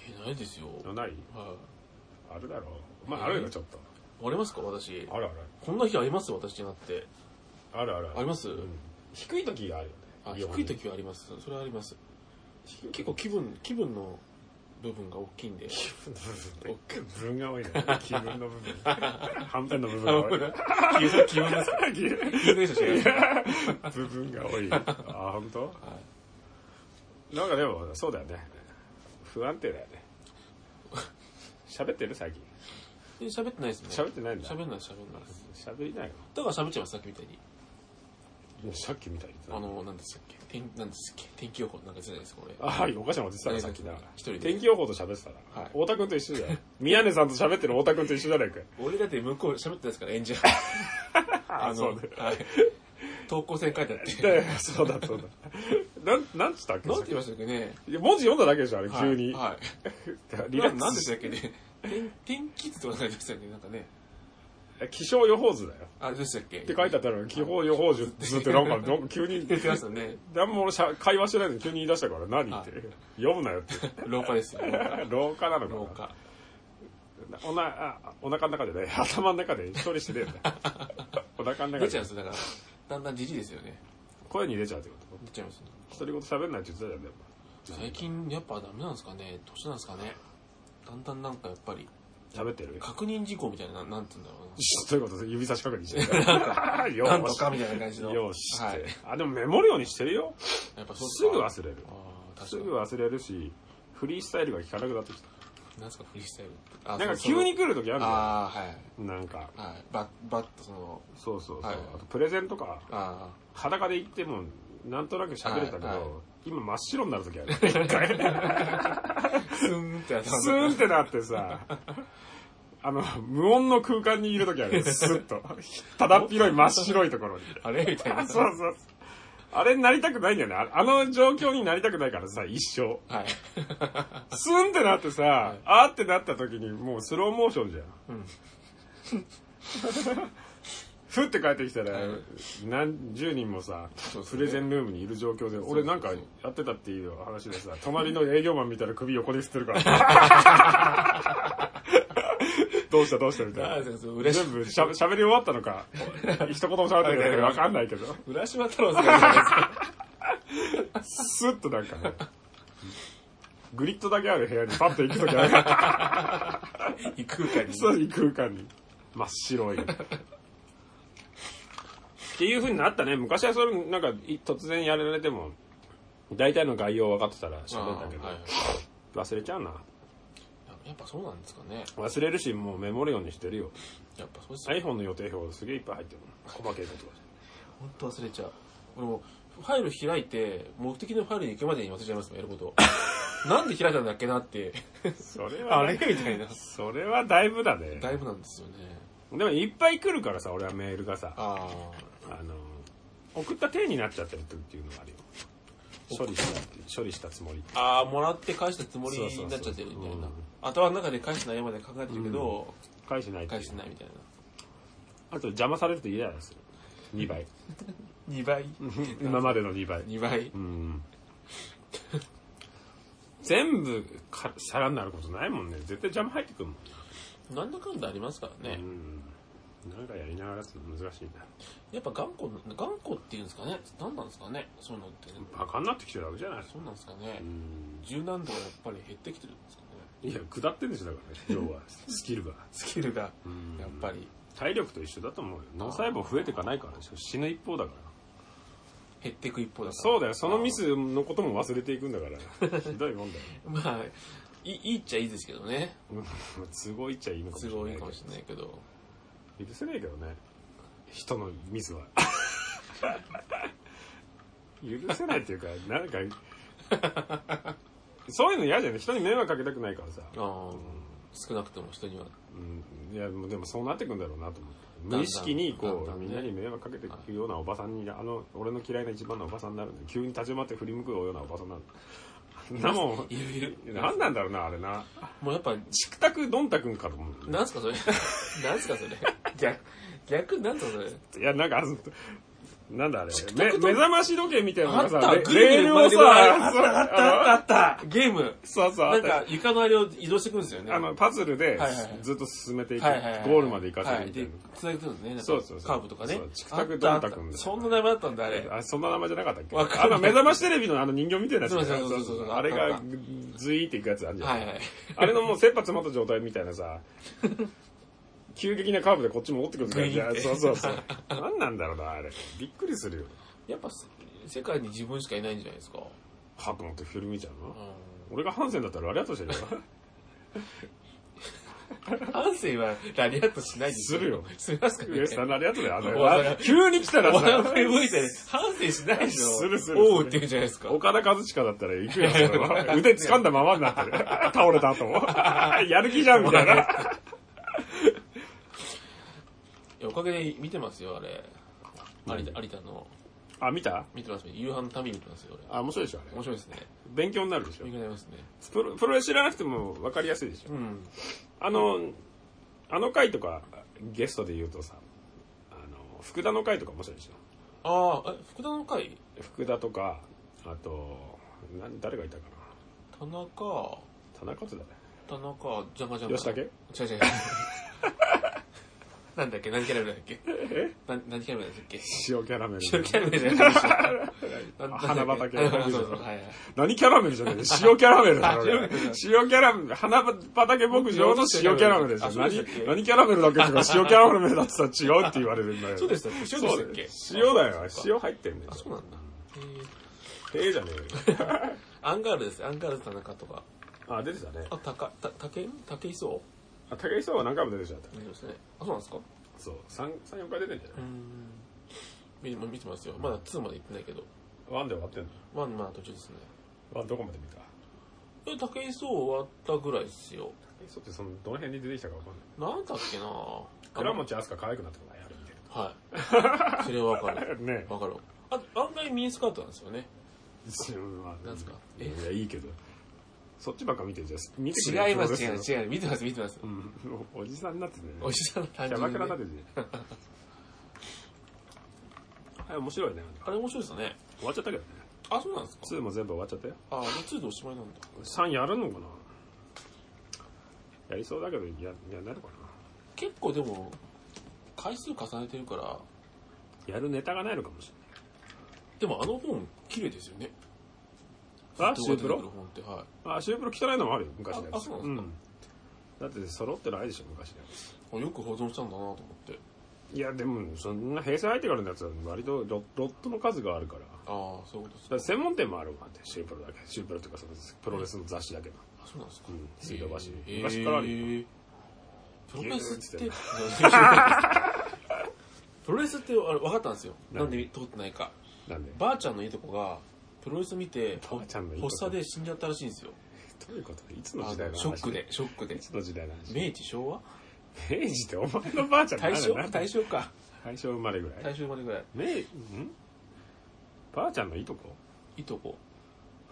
Speaker 1: え、ないですよ。
Speaker 2: ない
Speaker 1: はい。
Speaker 2: あるだろう。まあ、あるよ、ちょっと。
Speaker 1: ありますか私。
Speaker 2: あるある。
Speaker 1: こんな日あります私じゃなくて。
Speaker 2: あるある。
Speaker 1: あります
Speaker 2: うん低い時があるよね
Speaker 1: あ。
Speaker 2: 異様に
Speaker 1: 低い時はあります。それはあります。
Speaker 2: 低い
Speaker 1: 結構気分、気分の部分が大きいんで。
Speaker 2: 部分が多いね。気分の部分。半分の部分が多い。
Speaker 1: 気分、気分ですか気分ですよ、
Speaker 2: 部分が多い。あ、本当？なんかでも、そうだよね。不安定だよね。喋ってる最近。
Speaker 1: で喋ってないですね。
Speaker 2: 喋ってないんだ。
Speaker 1: 喋んないです、喋んないです。
Speaker 2: 喋りないよ。
Speaker 1: だから喋っちゃいます、さっきみたいに。
Speaker 2: さっきみたいに。
Speaker 1: あの、なんでしたっけ天、なんですっけ天気予報なんかじゃないですか、これ。
Speaker 2: あ、はい、おかしなこと言ってたな、さっきな。
Speaker 1: 一人で
Speaker 2: 天気予報と喋ってたな
Speaker 1: はい。
Speaker 2: 太田くんと一緒じゃん。宮根さんと喋ってる太田くんと一緒じゃないか。
Speaker 1: 俺だって向こう喋ってないですから、演者。
Speaker 2: あ
Speaker 1: の、
Speaker 2: そうだ。
Speaker 1: はい。投稿戦書いてあって。
Speaker 2: いやいやそうだ、そうだ。なん、なんつったっけ
Speaker 1: なんて言いましたっけね
Speaker 2: いや文字読んだだけでしょ、あれ、急に。
Speaker 1: はい。はい
Speaker 2: リラックス
Speaker 1: ななんでしたっけね天天気図とか書いてましたよね、なんかね。
Speaker 2: 気象予報図だよ。
Speaker 1: あれでしたっけ
Speaker 2: って書いてあったら、気象予報図ってなんか、ど急に
Speaker 1: 言、ってましたね。
Speaker 2: 何も俺しゃ会話してないのに急に言い出したから、何って。読むなよって。
Speaker 1: 廊下ですよ。
Speaker 2: 廊下なのかな
Speaker 1: 廊下。
Speaker 2: おなあお腹の中でね、頭の中で一人して ねえんだよ。お腹の中
Speaker 1: 出ちゃ
Speaker 2: で
Speaker 1: うんですよ、だから。だんだんじじいですよね。
Speaker 2: 声に出ちゃうってこと
Speaker 1: 出ちゃいますね。
Speaker 2: 独り言喋んないって言ってたじゃん、でも。
Speaker 1: 最近やっぱダメなんですかね年なんですかねだんだんなんかやっぱり
Speaker 2: 喋ってる
Speaker 1: 確認事項みたいなななんて言うんだろう
Speaker 2: そういうこと 指差し確認して る。よ
Speaker 1: ななん
Speaker 2: ー
Speaker 1: と
Speaker 2: し。
Speaker 1: かみたいな感じの
Speaker 2: よーしって、
Speaker 1: はい、
Speaker 2: あ、でもメモるようにしてるよ。
Speaker 1: やっぱそうっ
Speaker 2: すぐ
Speaker 1: か
Speaker 2: 忘れる。
Speaker 1: あー
Speaker 2: す
Speaker 1: 確か
Speaker 2: ぐ忘れるし、フリースタイルが効かなくなってきた。
Speaker 1: になんすかフリースタイルあ
Speaker 2: なんか
Speaker 1: そうそう
Speaker 2: 急に来るときあるじゃ
Speaker 1: ああはい
Speaker 2: ん。なんか、
Speaker 1: はいバッバッとその
Speaker 2: そうそうそう。
Speaker 1: はい
Speaker 2: あとプレゼントか、
Speaker 1: あ
Speaker 2: 裸で行っても、なんとなく喋れたけど、
Speaker 1: はいはい
Speaker 2: 今真っ白になるときある。 一回。
Speaker 1: あスンってやった
Speaker 2: スーンってなってさ、 あの、無音の空間にいるとき あるよ。スッと。ただっ広い真っ白いところに。
Speaker 1: あれみたいな
Speaker 2: あそうそうそう。あれになりたくないんだよね。ああの状況になりたくないからさ、一生。
Speaker 1: はい、
Speaker 2: スンってなってさ、
Speaker 1: い
Speaker 2: あーってなった時にもうスローモーションじゃん。
Speaker 1: うん、
Speaker 2: ふって帰ってきたら
Speaker 1: はい、
Speaker 2: 何十人もさ
Speaker 1: そうで、す
Speaker 2: プ
Speaker 1: ね
Speaker 2: レゼンルームにいる状況で、
Speaker 1: そう
Speaker 2: 俺なんかやってたっていう話でさ、隣の営業マン見たら首横で振ってるから。 どうしたどうしたみた
Speaker 1: ないん
Speaker 2: な。
Speaker 1: ですかその浦島
Speaker 2: 全部しゃ喋り終わったのか、一言も喋ってないのかわかんないけど。
Speaker 1: 浦島太郎さんじゃないですか
Speaker 2: スッとなんかね、グリッドだけある部屋にパッと行くときあるから、
Speaker 1: 異空間に
Speaker 2: そういう空間に。真っ白い。っていう風になったね。昔はそれ、なんか、い突然やられても、大体の概要分かってたら
Speaker 1: あ
Speaker 2: 喋ったけ
Speaker 1: ー
Speaker 2: ど、
Speaker 1: はいはい
Speaker 2: 忘れちゃうな。
Speaker 1: やっぱそうなんですかね
Speaker 2: 忘れるし、もうメモるようにしてるよ。
Speaker 1: やっぱそうですよね
Speaker 2: iPhone の予定表すげえいっぱい入ってるもん。細けいことが。
Speaker 1: 本当忘れちゃう俺もうファイル開いて目的のファイルに行くまでに忘れちゃいますもんやること なんで開いたんだっけなって
Speaker 2: それは、
Speaker 1: あれみたいな
Speaker 2: それはだいぶだね。
Speaker 1: だいぶなんですよね
Speaker 2: でもいっぱい来るからさ、俺はメールがさ。
Speaker 1: あ
Speaker 2: あの送った手になっちゃってるっていうのがあるよ処理したって処理したつもり
Speaker 1: ーあーもらって返したつもり
Speaker 2: そうそうそう
Speaker 1: になっちゃってるみたいな
Speaker 2: うん
Speaker 1: 頭の中で返す内容まで考えてるけど、
Speaker 2: 返してないっていう
Speaker 1: 返してないみたいな
Speaker 2: あと邪魔されると嫌でする2倍
Speaker 1: 2倍
Speaker 2: 今までの2倍
Speaker 1: 2倍
Speaker 2: うん全部か皿になることないもんね絶対邪魔入ってくるもん
Speaker 1: なんだかんだありますからね、
Speaker 2: うんなんかやりながらって難しいな
Speaker 1: やっぱ頑固な頑固っていうんですかね何なんですかねそういうのってね
Speaker 2: バカになってきてるわけじゃない
Speaker 1: そうなんですかね
Speaker 2: うん
Speaker 1: 柔軟度がやっぱり減ってきてるんですかね
Speaker 2: いや下ってんでしょだ からね要はスキルが
Speaker 1: スキルが
Speaker 2: うん
Speaker 1: やっぱり
Speaker 2: 体力と一緒だと思うよ脳細胞増えていかないからでしょ死ぬ一方だから
Speaker 1: 減っていく一方だから
Speaker 2: そうだよ、そのミスのことも忘れていくんだから。ひどいもん だよ。
Speaker 1: まあいいいっちゃいいですけどね
Speaker 2: うん都合いっちゃいいのかもし
Speaker 1: 都
Speaker 2: れな
Speaker 1: 合い
Speaker 2: い
Speaker 1: い
Speaker 2: け
Speaker 1: か
Speaker 2: ど
Speaker 1: も。しれないけど
Speaker 2: 許せないけどね。人のミスは。 許せないっていうか、なんか、そういうの嫌じゃない人に迷惑かけたくないからさ。
Speaker 1: あー少なくとも人には
Speaker 2: うん、いや、もうでもそうなってくんだろうなと思って。
Speaker 1: んだん
Speaker 2: 無意識にこ
Speaker 1: だんだ
Speaker 2: う、
Speaker 1: んね
Speaker 2: みんなに迷惑かけていくようなおばさんに、あの、俺の嫌いな一番のおばさんになるんで、急に立ち回って振り向くようなおばさんになる。あんなもん
Speaker 1: い、るいる
Speaker 2: なんなんだろうな、あれな。
Speaker 1: もうやっぱ
Speaker 2: チクタクドンタ君かと思う。
Speaker 1: なんすかそれ なんすかそれ逆逆なんすかそれ
Speaker 2: いや、なんか、あのなんだあれ
Speaker 1: タク
Speaker 2: め、目覚まし時計みたいなのがさ、
Speaker 1: あった
Speaker 2: レ
Speaker 1: ぐるぐる
Speaker 2: レールをさ、
Speaker 1: 回
Speaker 2: そう
Speaker 1: あったあったあったゲーム
Speaker 2: そうそう、あ
Speaker 1: な
Speaker 2: っ
Speaker 1: んか
Speaker 2: た
Speaker 1: 床のあれを移動していくんですよね
Speaker 2: あの、パズルで
Speaker 1: はいはいはい
Speaker 2: ずっと進めていく、ゴ
Speaker 1: はいはいはい
Speaker 2: ールまで行かせ
Speaker 1: は
Speaker 2: る
Speaker 1: い
Speaker 2: みたい
Speaker 1: で
Speaker 2: な。
Speaker 1: 繋げてるんですねなんか
Speaker 2: そうそうそう
Speaker 1: カーブとかね
Speaker 2: そうチクタクドンタクみた
Speaker 1: あった
Speaker 2: いな
Speaker 1: あったそんな名前だったんだあれ
Speaker 2: あそんな名前じゃなかったっ
Speaker 1: わ
Speaker 2: け
Speaker 1: か
Speaker 2: あ
Speaker 1: んない
Speaker 2: の、目覚ましテレビのあの人形みたいなやつ
Speaker 1: そうそうそうそう
Speaker 2: あれ
Speaker 1: あったあ
Speaker 2: が
Speaker 1: っ
Speaker 2: ズイーっていくやつあるじゃん。
Speaker 1: はいはい
Speaker 2: あれのもう切羽詰まった状態みたいな さ、急激なカーブでこっち戻ってくる感じ。い
Speaker 1: グイーン
Speaker 2: や
Speaker 1: って
Speaker 2: そうそうそう。なんなんだろうな、あれ。びっくりするよ。
Speaker 1: やっぱ世界に自分しかいないんじゃないですか
Speaker 2: ハクモってフィルム見ちゃうの
Speaker 1: う
Speaker 2: 俺がハンセンだったらありがとうしてるよ。
Speaker 1: んハンセンはラリアットしないです
Speaker 2: するよ
Speaker 1: すり ますか
Speaker 2: ウ
Speaker 1: ね
Speaker 2: エスタンありがとうだよ。あ
Speaker 1: お前
Speaker 2: の急に来たら
Speaker 1: お腹
Speaker 2: さ、
Speaker 1: 振り向いて、反省しないでしょ。
Speaker 2: するする
Speaker 1: おうって言うんじゃないですか。
Speaker 2: 岡田和親だったら行くよ、それは腕掴んだままになってる。 倒れた後も。 やる気じゃん、みたいな。
Speaker 1: いやおかげで見てますよ、あれ。
Speaker 2: 何
Speaker 1: 有田有田の。
Speaker 2: あ、見た
Speaker 1: 見てます夕飯のために見てますよ、
Speaker 2: あ、面白いでしょ、あ
Speaker 1: 俺。
Speaker 2: れ
Speaker 1: 面。白いですね。
Speaker 2: 勉強になるでしょ
Speaker 1: 勉。強になりますね。
Speaker 2: プロプロレス知らなくても分かりやすいでしょ。
Speaker 1: うん。
Speaker 2: あの、あの回とか、ゲストで言うとさあの福田の会とか面白いでしょ
Speaker 1: ああ、え、福田の会
Speaker 2: 福田とかあと何誰がいたか
Speaker 1: 田中、
Speaker 2: な田中って誰
Speaker 1: 田中、邪魔邪魔。
Speaker 2: 吉武
Speaker 1: 違う 違う。なんだっけ何キャラメルだっけ な何キャラメルだっけ
Speaker 2: 塩キャラメル
Speaker 1: 塩キャラメルじゃ ないでしょ。ななんだっけ
Speaker 2: 花畑
Speaker 1: あそうそうそう はいはい
Speaker 2: 何キャラメルじゃない塩キャラメルだ ろ
Speaker 1: あ
Speaker 2: これ
Speaker 1: 塩キャラメル
Speaker 2: 塩キャラメル花畑牧場の塩キャラメルでしょ
Speaker 1: あそうでしたっけ
Speaker 2: 何何キャラメルだっけとか塩キャラメルだってさ違うって言われるんだよ
Speaker 1: そうでしたっけ塩でしたっけ
Speaker 2: そうだよ塩だよ塩入ってんだよ
Speaker 1: あ、そうなんだ。へー
Speaker 2: ええじゃねえよ
Speaker 1: アンガールです。アンガールズ田中とか。
Speaker 2: あ出てたね
Speaker 1: あ、たか、た、たけ、たけいそ
Speaker 2: あ武井壮は何回も出てきちゃった
Speaker 1: うそうですね。あ、そうなんですか
Speaker 2: そう34回出てんじゃ
Speaker 1: う。
Speaker 2: なん
Speaker 1: 見見てますよ。まだ2まで行ってないけど。
Speaker 2: いワンで終わってんの
Speaker 1: 1まだ途中ですね。
Speaker 2: ワンどこまで見た
Speaker 1: え、たけいそう終わったぐらいですよ。
Speaker 2: 武井壮ってそのどの辺に出てきたかわかんない
Speaker 1: なんだっけな
Speaker 2: 倉
Speaker 1: ぁ。
Speaker 2: 持飛鳥可愛くなってこないあれ見てる
Speaker 1: はい。それはわかる。
Speaker 2: と ね
Speaker 1: わかる。あと、案外ミニスカートなんですよね。
Speaker 2: え
Speaker 1: なんすか
Speaker 2: い
Speaker 1: え
Speaker 2: やいいけどそっちばっか見てんじゃん見てくれ
Speaker 1: 違います、違います、
Speaker 2: う、
Speaker 1: 違います。見てます、見てます。
Speaker 2: うん、おじさんになってね
Speaker 1: おじさんの単
Speaker 2: キャ
Speaker 1: 純
Speaker 2: バ
Speaker 1: に
Speaker 2: ク
Speaker 1: ね
Speaker 2: ラになってねはい面白いね
Speaker 1: あれ面白いですよね。
Speaker 2: 終わっちゃったけどね
Speaker 1: あ、そうなんですか
Speaker 2: 2も全部終わっちゃったよ
Speaker 1: あ、もう2でおしまいなんだ。
Speaker 2: 3やるのかなやりそうだけどややんないのか
Speaker 1: 結構でも、回数重ねてるから、
Speaker 2: なやるネタがないのかもし
Speaker 1: でもあの本、綺麗ですよね。
Speaker 2: れないあ
Speaker 1: 動
Speaker 2: シ
Speaker 1: 画で出
Speaker 2: ュープ
Speaker 1: てくる
Speaker 2: ロ
Speaker 1: 本って、はい。
Speaker 2: あシュープロ汚いのもあるよ昔のやつ
Speaker 1: ああそうなんです
Speaker 2: うん、だって揃ってないでしょ昔のやつ
Speaker 1: あよく保存したんだなと思って。
Speaker 2: いやでもそんな平成入ってからのやつは割とロロットの数があるからだか
Speaker 1: ああ、そういうことです
Speaker 2: ら専門店もあるもんねシュープロだけシュープロっていうかそのプロレスの雑誌だけど
Speaker 1: あ、そうなんですか
Speaker 2: うん。水道橋
Speaker 1: へー
Speaker 2: 昔からある
Speaker 1: プロレスっ
Speaker 2: ギ
Speaker 1: て
Speaker 2: ュー、
Speaker 1: プロレスってあれ分かったんですよ。
Speaker 2: 何
Speaker 1: なんで通ってないか。
Speaker 2: なんで
Speaker 1: ばあちゃんのいとこが、プロレス見て、
Speaker 2: ばあちゃんのいとこ
Speaker 1: 発作で死んじゃったらしいんですよ。
Speaker 2: どういうこといつの
Speaker 1: あ
Speaker 2: 時代
Speaker 1: の
Speaker 2: の話
Speaker 1: ショックで、ショックで
Speaker 2: い。つの時代の話
Speaker 1: 明治昭和
Speaker 2: 明治ってお前のばあちゃん
Speaker 1: 大正
Speaker 2: なんだ
Speaker 1: 大正か。
Speaker 2: 大正生まれぐらい
Speaker 1: 大正までぐらい。
Speaker 2: 明んばあちゃんのいとこ
Speaker 1: いとこ。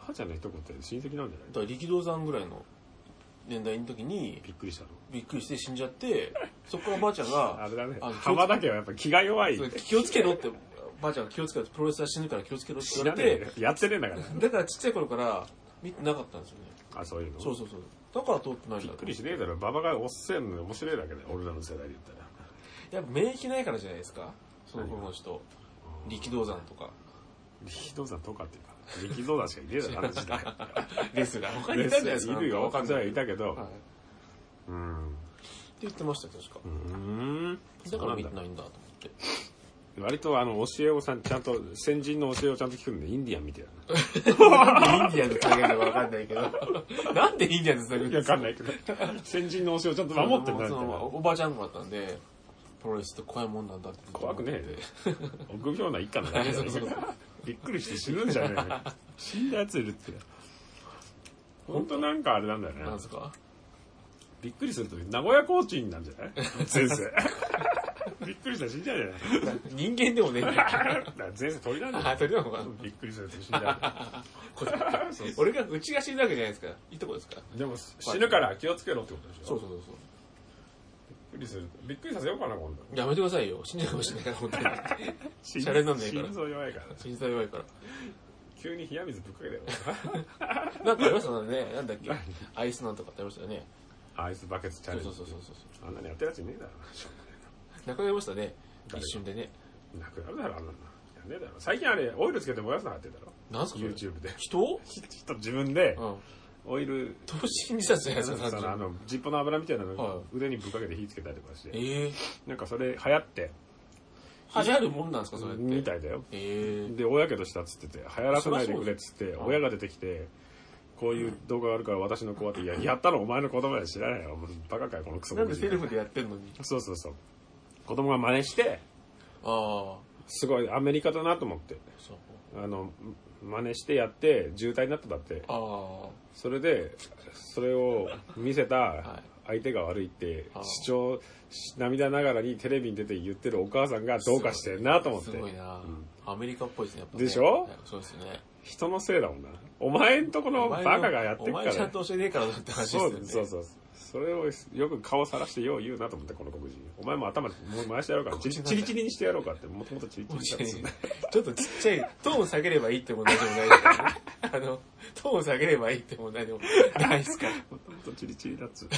Speaker 2: ばあちゃんのいとこって親戚なんじゃない
Speaker 1: だから力道山ぐらいの年代の時に、
Speaker 2: びっくりしたの
Speaker 1: びっくりして死んじゃって、そこからばあちゃんが
Speaker 2: あ、れだね
Speaker 1: あの
Speaker 2: 浜田家はやっぱ気が弱い
Speaker 1: そう気をつけろって、ばあちゃんが気をつけろって、プロレスは死ぬから気をつけろって言われて、
Speaker 2: やってねえんだか
Speaker 1: だからちっちゃい頃から見てなかったんですよね。
Speaker 2: らあそういうの
Speaker 1: そうそうそう。だから通ってないん
Speaker 2: びっ
Speaker 1: だ
Speaker 2: くりしねえだろ馬場がおっせんの面白いだけだよ俺らの世代で言ったら
Speaker 1: やっぱ免疫ないからじゃないですか。その頃の人。力道山 とか。
Speaker 2: 力道山とかっていうか力道山しかいね えだろあの時代
Speaker 1: レスラー。 他にいたんじゃないですか。
Speaker 2: いるよ
Speaker 1: わかん
Speaker 2: じゃ
Speaker 1: な
Speaker 2: あ
Speaker 1: い。
Speaker 2: いたけど
Speaker 1: はい。って
Speaker 2: うん
Speaker 1: 言ってましたよ、確か
Speaker 2: う。ーん
Speaker 1: だから見
Speaker 2: そ
Speaker 1: て
Speaker 2: うなんだ
Speaker 1: ないんだと思 って。
Speaker 2: 割とあの教えをさんちゃんと先人の教えをちゃんと聞くんでインディアンみたいな
Speaker 1: インディアンズつなげるのかわかんないけ ど。なんでインディアンズつなげるんです
Speaker 2: わかんないけど先人の教えをちゃんと守ってんだみ
Speaker 1: そ
Speaker 2: たいな
Speaker 1: のおばあちゃん子だったんで、プロレスって怖いもんなんだって。
Speaker 2: 怖くねえ
Speaker 1: え。
Speaker 2: 臆病な一家のだけだよ
Speaker 1: そうそうそう
Speaker 2: びっくりして死ぬんじゃねえよ死んだやついるって本当なんかあれなんだよね
Speaker 1: なんですか
Speaker 2: びっくりすると名古屋コーチンなんじゃない前世びっくりしたら死んじゃうじゃない
Speaker 1: 人間でもねえんだよ。
Speaker 2: だから前世鳥なんじゃな
Speaker 1: あ、
Speaker 2: い
Speaker 1: それでもわかんない
Speaker 2: びっくりすると死んじゃ
Speaker 1: これ俺が、うちが死んだわけじゃないですから。いいとこですから。
Speaker 2: うでも死ぬから気をつけろってことでしょ
Speaker 1: そうそうそうそう。
Speaker 2: びっくりするびっくりさせようかな今度
Speaker 1: やめてくださいよ。死んじゃうかもしれないから、本当 に。
Speaker 2: シ
Speaker 1: シャレになんねえから
Speaker 2: 心臓弱いから
Speaker 1: 心臓弱いから。
Speaker 2: 急に冷や水ぶっかけたよ
Speaker 1: なんかありましたよね。なんだっけ。アイスなんとかってありましたよね。
Speaker 2: アイスバケツチャ
Speaker 1: そう
Speaker 2: レンジ
Speaker 1: そうそうそうそう。
Speaker 2: あんなにやってるやついねえだろ
Speaker 1: なくなりましたね。
Speaker 2: 誰が
Speaker 1: 一瞬でね。
Speaker 2: なくなるだろあんなのやんねえだろ最近あれオイルつけて燃やすなってだろ
Speaker 1: なんすかそれ
Speaker 2: YouTube で
Speaker 1: 人
Speaker 2: ちょっと自分で
Speaker 1: うん。
Speaker 2: オイル
Speaker 1: 投資自殺じゃない
Speaker 2: そ
Speaker 1: ですか、
Speaker 2: のあ
Speaker 1: 30
Speaker 2: のジッポの油みたいな
Speaker 1: は
Speaker 2: の腕にぶっかけて火つけたりとかして
Speaker 1: ええ
Speaker 2: なんかそれ流行って
Speaker 1: 流行るもんなんですか、それって。
Speaker 2: みたいだよ
Speaker 1: ええ
Speaker 2: で大やけどしたっつってて流行らせないでくれっつって
Speaker 1: そうだ
Speaker 2: 親が出てきてこういう動画があるから私の子はっていややったのお前の子供や知らないよもうバカかよこのクソ
Speaker 1: なんでセル
Speaker 2: フ
Speaker 1: フでやってんのに。
Speaker 2: そうそうそう子供が真似して
Speaker 1: ああ。
Speaker 2: すごいアメリカだなと思って
Speaker 1: そう。
Speaker 2: あの真似してやって渋滞になったんだって
Speaker 1: あ
Speaker 2: それでそれを見せた
Speaker 1: い
Speaker 2: 相手が悪いって
Speaker 1: あー
Speaker 2: 主張し涙ながらにテレビに出て言ってるお母さんがどうかしてんなと
Speaker 1: あ。
Speaker 2: 思っ
Speaker 1: す
Speaker 2: て
Speaker 1: ごいな、アメリカっぽいですね、やっぱ、ね。
Speaker 2: でしょ
Speaker 1: はいそうですよね。
Speaker 2: 人のせいだもんなお前んとこの
Speaker 1: お
Speaker 2: バ
Speaker 1: 前の
Speaker 2: カがやってっ
Speaker 1: お
Speaker 2: か
Speaker 1: 前ちゃ
Speaker 2: ら
Speaker 1: んと教えねえからだって話です
Speaker 2: そ
Speaker 1: よ
Speaker 2: う
Speaker 1: ね。
Speaker 2: そうそうそれをよく顔さらしてよう言うなと思ってこの黒人お前も頭もう回してやろうかチリチリチリにしてやろうかってもともとチリチリだったんですよね
Speaker 1: ちょっとちっちゃい、トーン下げればいいって問題でもないです からね。あの、トーン下げればいいって問題でもないですから。
Speaker 2: もともとチリチリだっつう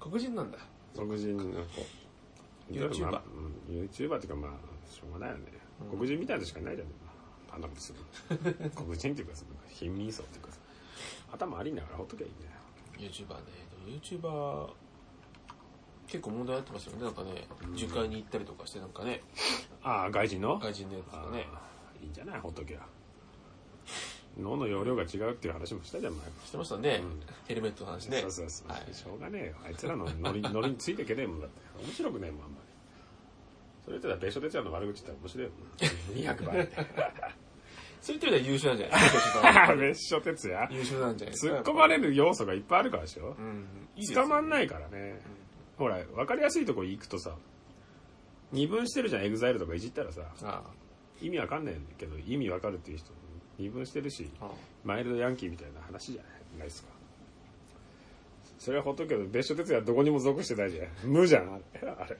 Speaker 1: 黒人なんだ。
Speaker 2: 黒人の子
Speaker 1: YouTuber
Speaker 2: まあうん YouTuber っていうかまあしょうがないよね、黒人みたいなしかいないじゃんあんなことするの黒人っていうかその貧民層っていうかさ頭ありながらほっときゃいいんだよ
Speaker 1: YouTuber ね。でも YouTuber、結構問題になってますよね。なんかね、受会に行ったりとかして、なんかね、
Speaker 2: ああ外人の
Speaker 1: 外人のやつとかね。
Speaker 2: あーいいんじゃないほっときゃ脳の容量が違うっていう話もしたじゃん前も
Speaker 1: してましたね。
Speaker 2: うん
Speaker 1: ヘルメットの話ね。
Speaker 2: そうそうそう、
Speaker 1: はい
Speaker 2: しょうがねえよあいつらのノリノリについていけねえもんだって面白くねえもんあんまりそれ言ってたら別所哲也の悪口言ったら面白いよ200倍
Speaker 1: そういった意味では優秀なんじゃないですか
Speaker 2: ああ別所哲也
Speaker 1: 優秀なんじゃないですか
Speaker 2: 突っ込まれ
Speaker 1: る。
Speaker 2: る要素がいっぱいあるからでしょ
Speaker 1: う、ん。いいですよ
Speaker 2: 捕まんないからね、ほら分かりやすいとこ行くとさ二分してるじゃんエグザイルとかいじったらさ
Speaker 1: あ
Speaker 2: 意味わかんないんだけど意味わかるっていう人二分してるし
Speaker 1: あ。うん
Speaker 2: マイルドヤンキーみたいな話じゃないですかそれはほっとくけど別所哲也はどこにも属してないじゃん無じゃんあれあれ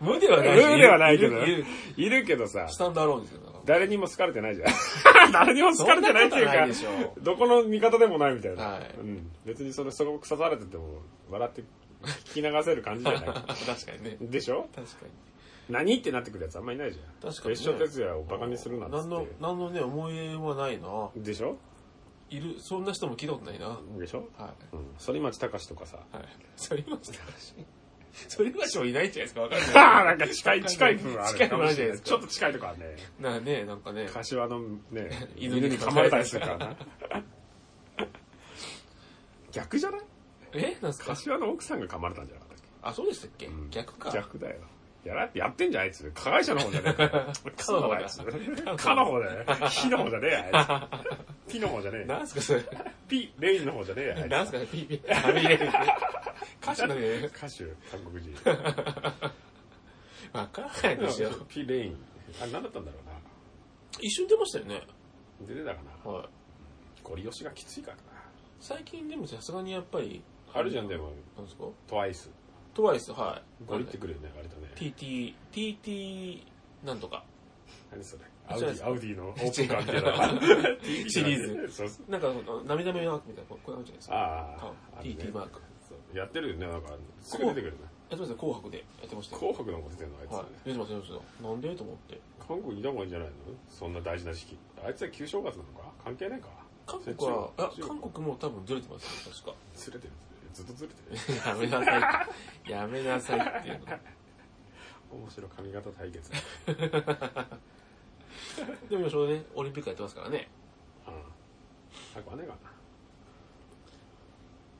Speaker 1: 無ではない
Speaker 2: 無ではないけど
Speaker 1: るる
Speaker 2: いるけどさ
Speaker 1: スタンドアローンですよ。だから
Speaker 2: 誰にも好かれてないじ ゃん誰にも好かれてないっていう
Speaker 1: そんなことはないで
Speaker 2: か
Speaker 1: しょう。
Speaker 2: どこの味方でもないみたいな、
Speaker 1: はい
Speaker 2: うん、別にそれそこ刺されてても笑って聞き流せる感じじゃな い
Speaker 1: 確かにね。
Speaker 2: でしょ
Speaker 1: 確かに。
Speaker 2: 何ってなってくるやつあんまいないじゃん
Speaker 1: 確かにね
Speaker 2: 別所哲也をバカにするなんつっ
Speaker 1: 何の、何のね、思い入れはないな。
Speaker 2: てでしょ
Speaker 1: いる、そんな人も聞いたことないな。は
Speaker 2: でしょ、
Speaker 1: い。
Speaker 2: うん、反町隆史とか さ
Speaker 1: はい。それました。それましもいないんじゃないですか、わかん ない。
Speaker 2: なんか近い近い部分ある
Speaker 1: 近い部分あるじゃないですか
Speaker 2: ちょっと近いとかね
Speaker 1: なあね、なんかね。
Speaker 2: 柏のね
Speaker 1: 犬
Speaker 2: 犬
Speaker 1: に
Speaker 2: に
Speaker 1: 噛
Speaker 2: 噛
Speaker 1: ま
Speaker 2: ま
Speaker 1: れた
Speaker 2: れた
Speaker 1: り
Speaker 2: り
Speaker 1: す
Speaker 2: す
Speaker 1: るか
Speaker 2: るかららな 逆じゃない
Speaker 1: えなんすか
Speaker 2: 柏の奥さんが噛まれたんじゃなかったっけ
Speaker 1: あ、そうでしたっけ
Speaker 2: うん
Speaker 1: 逆か。
Speaker 2: 逆だよ。やらやってんじゃん、あいつ。加害者の方じゃね えか。かの方だ、あいつ。かの方だよ。火の方じゃねえよ、あいつ。ピの方じゃねえよ。
Speaker 1: なんすかそれ。
Speaker 2: ピ、レインの方じゃねえよ、あいつ。
Speaker 1: なんすかピーピー。あ、見 れる。歌手なんで、
Speaker 2: 歌手、韓国人。
Speaker 1: わからないですよ。
Speaker 2: ピ、レイン。あれ、何だったんだろうな。
Speaker 1: 一瞬出ましたよね。
Speaker 2: 出てたかな。
Speaker 1: はい。
Speaker 2: ゴリ押しがきついからな。
Speaker 1: 最近でもさすがにやっぱり。
Speaker 2: あるじゃん、で
Speaker 1: も。
Speaker 2: も、
Speaker 1: なんですか
Speaker 2: トワイス。
Speaker 1: トワイス、はい。
Speaker 2: ゴリってくるよね、割とね。
Speaker 1: TT、TT なんとか。
Speaker 2: 何それ。
Speaker 1: あ
Speaker 2: アウ
Speaker 1: そう
Speaker 2: デ
Speaker 1: です
Speaker 2: ィ、アウディのオープンカーみたいな。
Speaker 1: シリー
Speaker 2: ズ。そうそう。
Speaker 1: なんかその、涙目マークみたいな、こうこうなるじゃないですか。
Speaker 2: ああ。
Speaker 1: TT マーク。
Speaker 2: そうやってるよね、なんか、すぐ出てくるね。
Speaker 1: やってましたね、紅白でやってましたよ。
Speaker 2: 紅白のこと出てんの、あいつ
Speaker 1: はい
Speaker 2: ね。。
Speaker 1: 出てました、出てました。なんでと思って。
Speaker 2: 韓国にいた方がいいんじゃないのそんな大事な時期あいつは旧正月なのか関係ないか
Speaker 1: 韓国は、
Speaker 2: そ
Speaker 1: あ
Speaker 2: っち、の
Speaker 1: 韓国も多分ずれてますよ、確か。
Speaker 2: ずれてるずっとずれて る
Speaker 1: やめなさいって。やめなさいっていうの。
Speaker 2: 面白い髪型 対決、
Speaker 1: でも今ちょうどね、オリンピックやってますからね。
Speaker 2: うん、早くはねえかな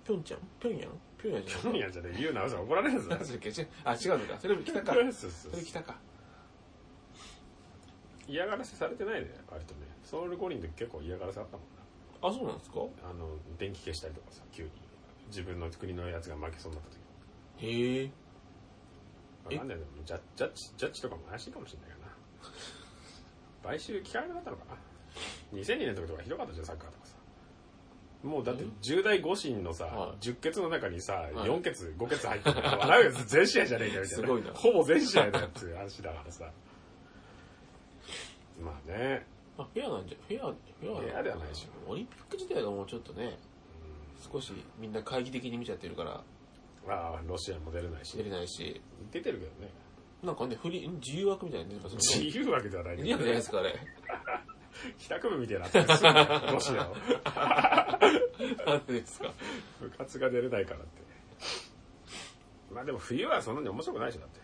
Speaker 1: ピョンチャンピョンヤンピョンヤンじゃない
Speaker 2: 今夜じゃねえ言うな怒られ るぞ
Speaker 1: 何だっけ違うあ、違うのか。それも北か。
Speaker 2: そうそう
Speaker 1: それ北か。
Speaker 2: 嫌がらせされてないね割とねソウル五輪の時結構嫌がらせあったもん
Speaker 1: あ、そうなんですか
Speaker 2: なあの電気消したりとかさ急に自分の国のやつが負けそうになった時
Speaker 1: へえ。え
Speaker 2: わかんないでもジャッジャッジジャッジとかも怪しいかもしれないかな買収聞かれなかったのかな2002年の時とかひどかったじゃんサッカーとかさもうだって10代誤審のさ、
Speaker 1: はい
Speaker 2: 10決の中にさ、
Speaker 1: い
Speaker 2: 4決5決入ってるから笑うやつ全試合じゃねえかみたいな
Speaker 1: すごいな
Speaker 2: ほぼ全試合だよっていう話だからさまあね
Speaker 1: まあ、フェアなんじゃ、フェア、フェア
Speaker 2: フェアではないでし
Speaker 1: ょ。オリンピック自体がもうちょっとね、少しみんな懐疑的に見ちゃってるから、
Speaker 2: まあロシアも出れないし
Speaker 1: 出れないし、
Speaker 2: 出てるけどね
Speaker 1: なんかね、フリー、自由枠みたいなの出てますよね
Speaker 2: 自由わけではないけ
Speaker 1: いや
Speaker 2: ど
Speaker 1: じゃないですか、あれ。
Speaker 2: 帰宅部みたいになってるすぐねロシアを
Speaker 1: なんでですか。
Speaker 2: 部活が出れないからってまあでも冬はそんなに面白くないしだって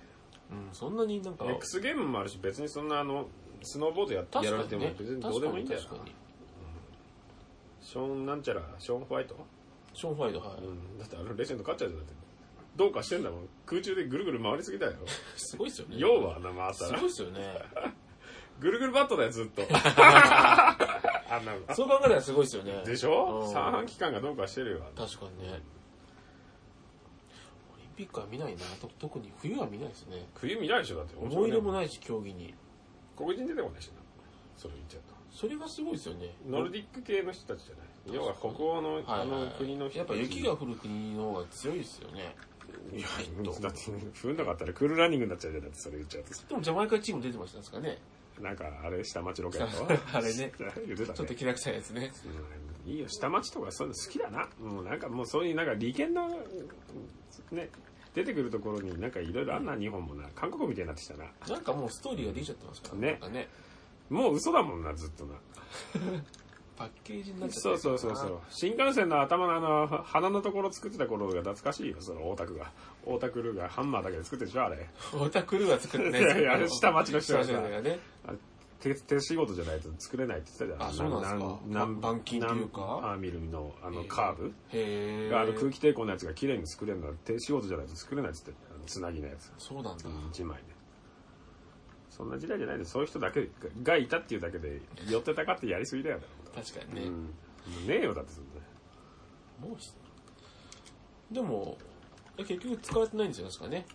Speaker 1: うん、そんなになんか、
Speaker 2: X ゲームもあるし別にそんなあのスノーボードや
Speaker 1: 確
Speaker 2: や
Speaker 1: から
Speaker 2: れて
Speaker 1: に
Speaker 2: も
Speaker 1: ね、
Speaker 2: 別にどう
Speaker 1: 確
Speaker 2: で
Speaker 1: か
Speaker 2: もいいん
Speaker 1: に
Speaker 2: だよ
Speaker 1: 確かに。
Speaker 2: ショーンなんちゃらショーンホワイト、
Speaker 1: ショーン・ファイド、は
Speaker 2: う
Speaker 1: い。
Speaker 2: ん、だってあのレジェンド勝っちゃうじゃんだってどうかしてんだもん空中でぐるぐる回りすぎだよ
Speaker 1: すごいっすよね。
Speaker 2: 要はあんな回っ
Speaker 1: す
Speaker 2: たら
Speaker 1: ごいっすよね。
Speaker 2: ぐるぐるバットだよずっとあんなの
Speaker 1: そう考えたらすごいっすよね。
Speaker 2: でし
Speaker 1: う
Speaker 2: ょ
Speaker 1: ん
Speaker 2: 三半期間がどうかしてるよ
Speaker 1: 確かにね。オリンピックは見ないな。と特に冬は見ないですね。
Speaker 2: 冬見ないでしょだって
Speaker 1: 思い入れも
Speaker 2: い
Speaker 1: ないし、競技に。
Speaker 2: 黒人出てこないしなそれ言っちゃうと
Speaker 1: それがすごいですよね。
Speaker 2: ノルディック系の人たちじゃない。要は北欧の、あの国の人
Speaker 1: やったぱ
Speaker 2: ち
Speaker 1: 雪が降る国の方が強いですよね。
Speaker 2: いや、だって、降んなかったらクールランニングになっちゃうじゃん、だってそれ言っちゃうとさ。
Speaker 1: でもジャマイカチーム出てましたんですかね。
Speaker 2: なんか、あれ、下町ロケット
Speaker 1: あれね
Speaker 2: 言ってたね
Speaker 1: ちょっと気楽さいやつね。
Speaker 2: うんいいよ、下町とかそういうの好きだな。もうなんかもうそういう、なんか利権の、ね、出てくるところになんかいろいろあんな、日本もな。韓国みたいになってきたな。
Speaker 1: なんかもうストーリーができちゃってますから
Speaker 2: ね
Speaker 1: なんかね。
Speaker 2: もう嘘だもんな、ずっとな。
Speaker 1: パッケージになっちゃって
Speaker 2: そうそうそうそう。新幹線の頭のあの、鼻のところ作ってた頃が懐かしいよ、その大田区が。大田区ルーがハンマーだけで作ってるでしょ、あれ。
Speaker 1: オタクルーは作ってない
Speaker 2: いやいやあれ下町の人
Speaker 1: が
Speaker 2: が
Speaker 1: ね。
Speaker 2: さ
Speaker 1: 下町の人がね。
Speaker 2: あ手手仕事じゃないと作れないって言ってた
Speaker 1: あ
Speaker 2: じ
Speaker 1: そ
Speaker 2: ゃ。
Speaker 1: うんなんですか
Speaker 2: 何
Speaker 1: 板金っていうか
Speaker 2: アーミルのあのカーブ、
Speaker 1: へえ。
Speaker 2: あの空気抵抗のやつが綺麗に作れるのは手仕事じゃないと作れないって言ってたあのつなぎのやつ。
Speaker 1: そうなんだ。
Speaker 2: 一枚で。そんな時代じゃないで、そういう人だけがいたっていうだけで、寄ってたかってやりすぎだよ。
Speaker 1: 確か
Speaker 2: う
Speaker 1: にね。
Speaker 2: ん。ねえよ、だってそんな。
Speaker 1: もうしでも、結局使われてないんじゃないですかね。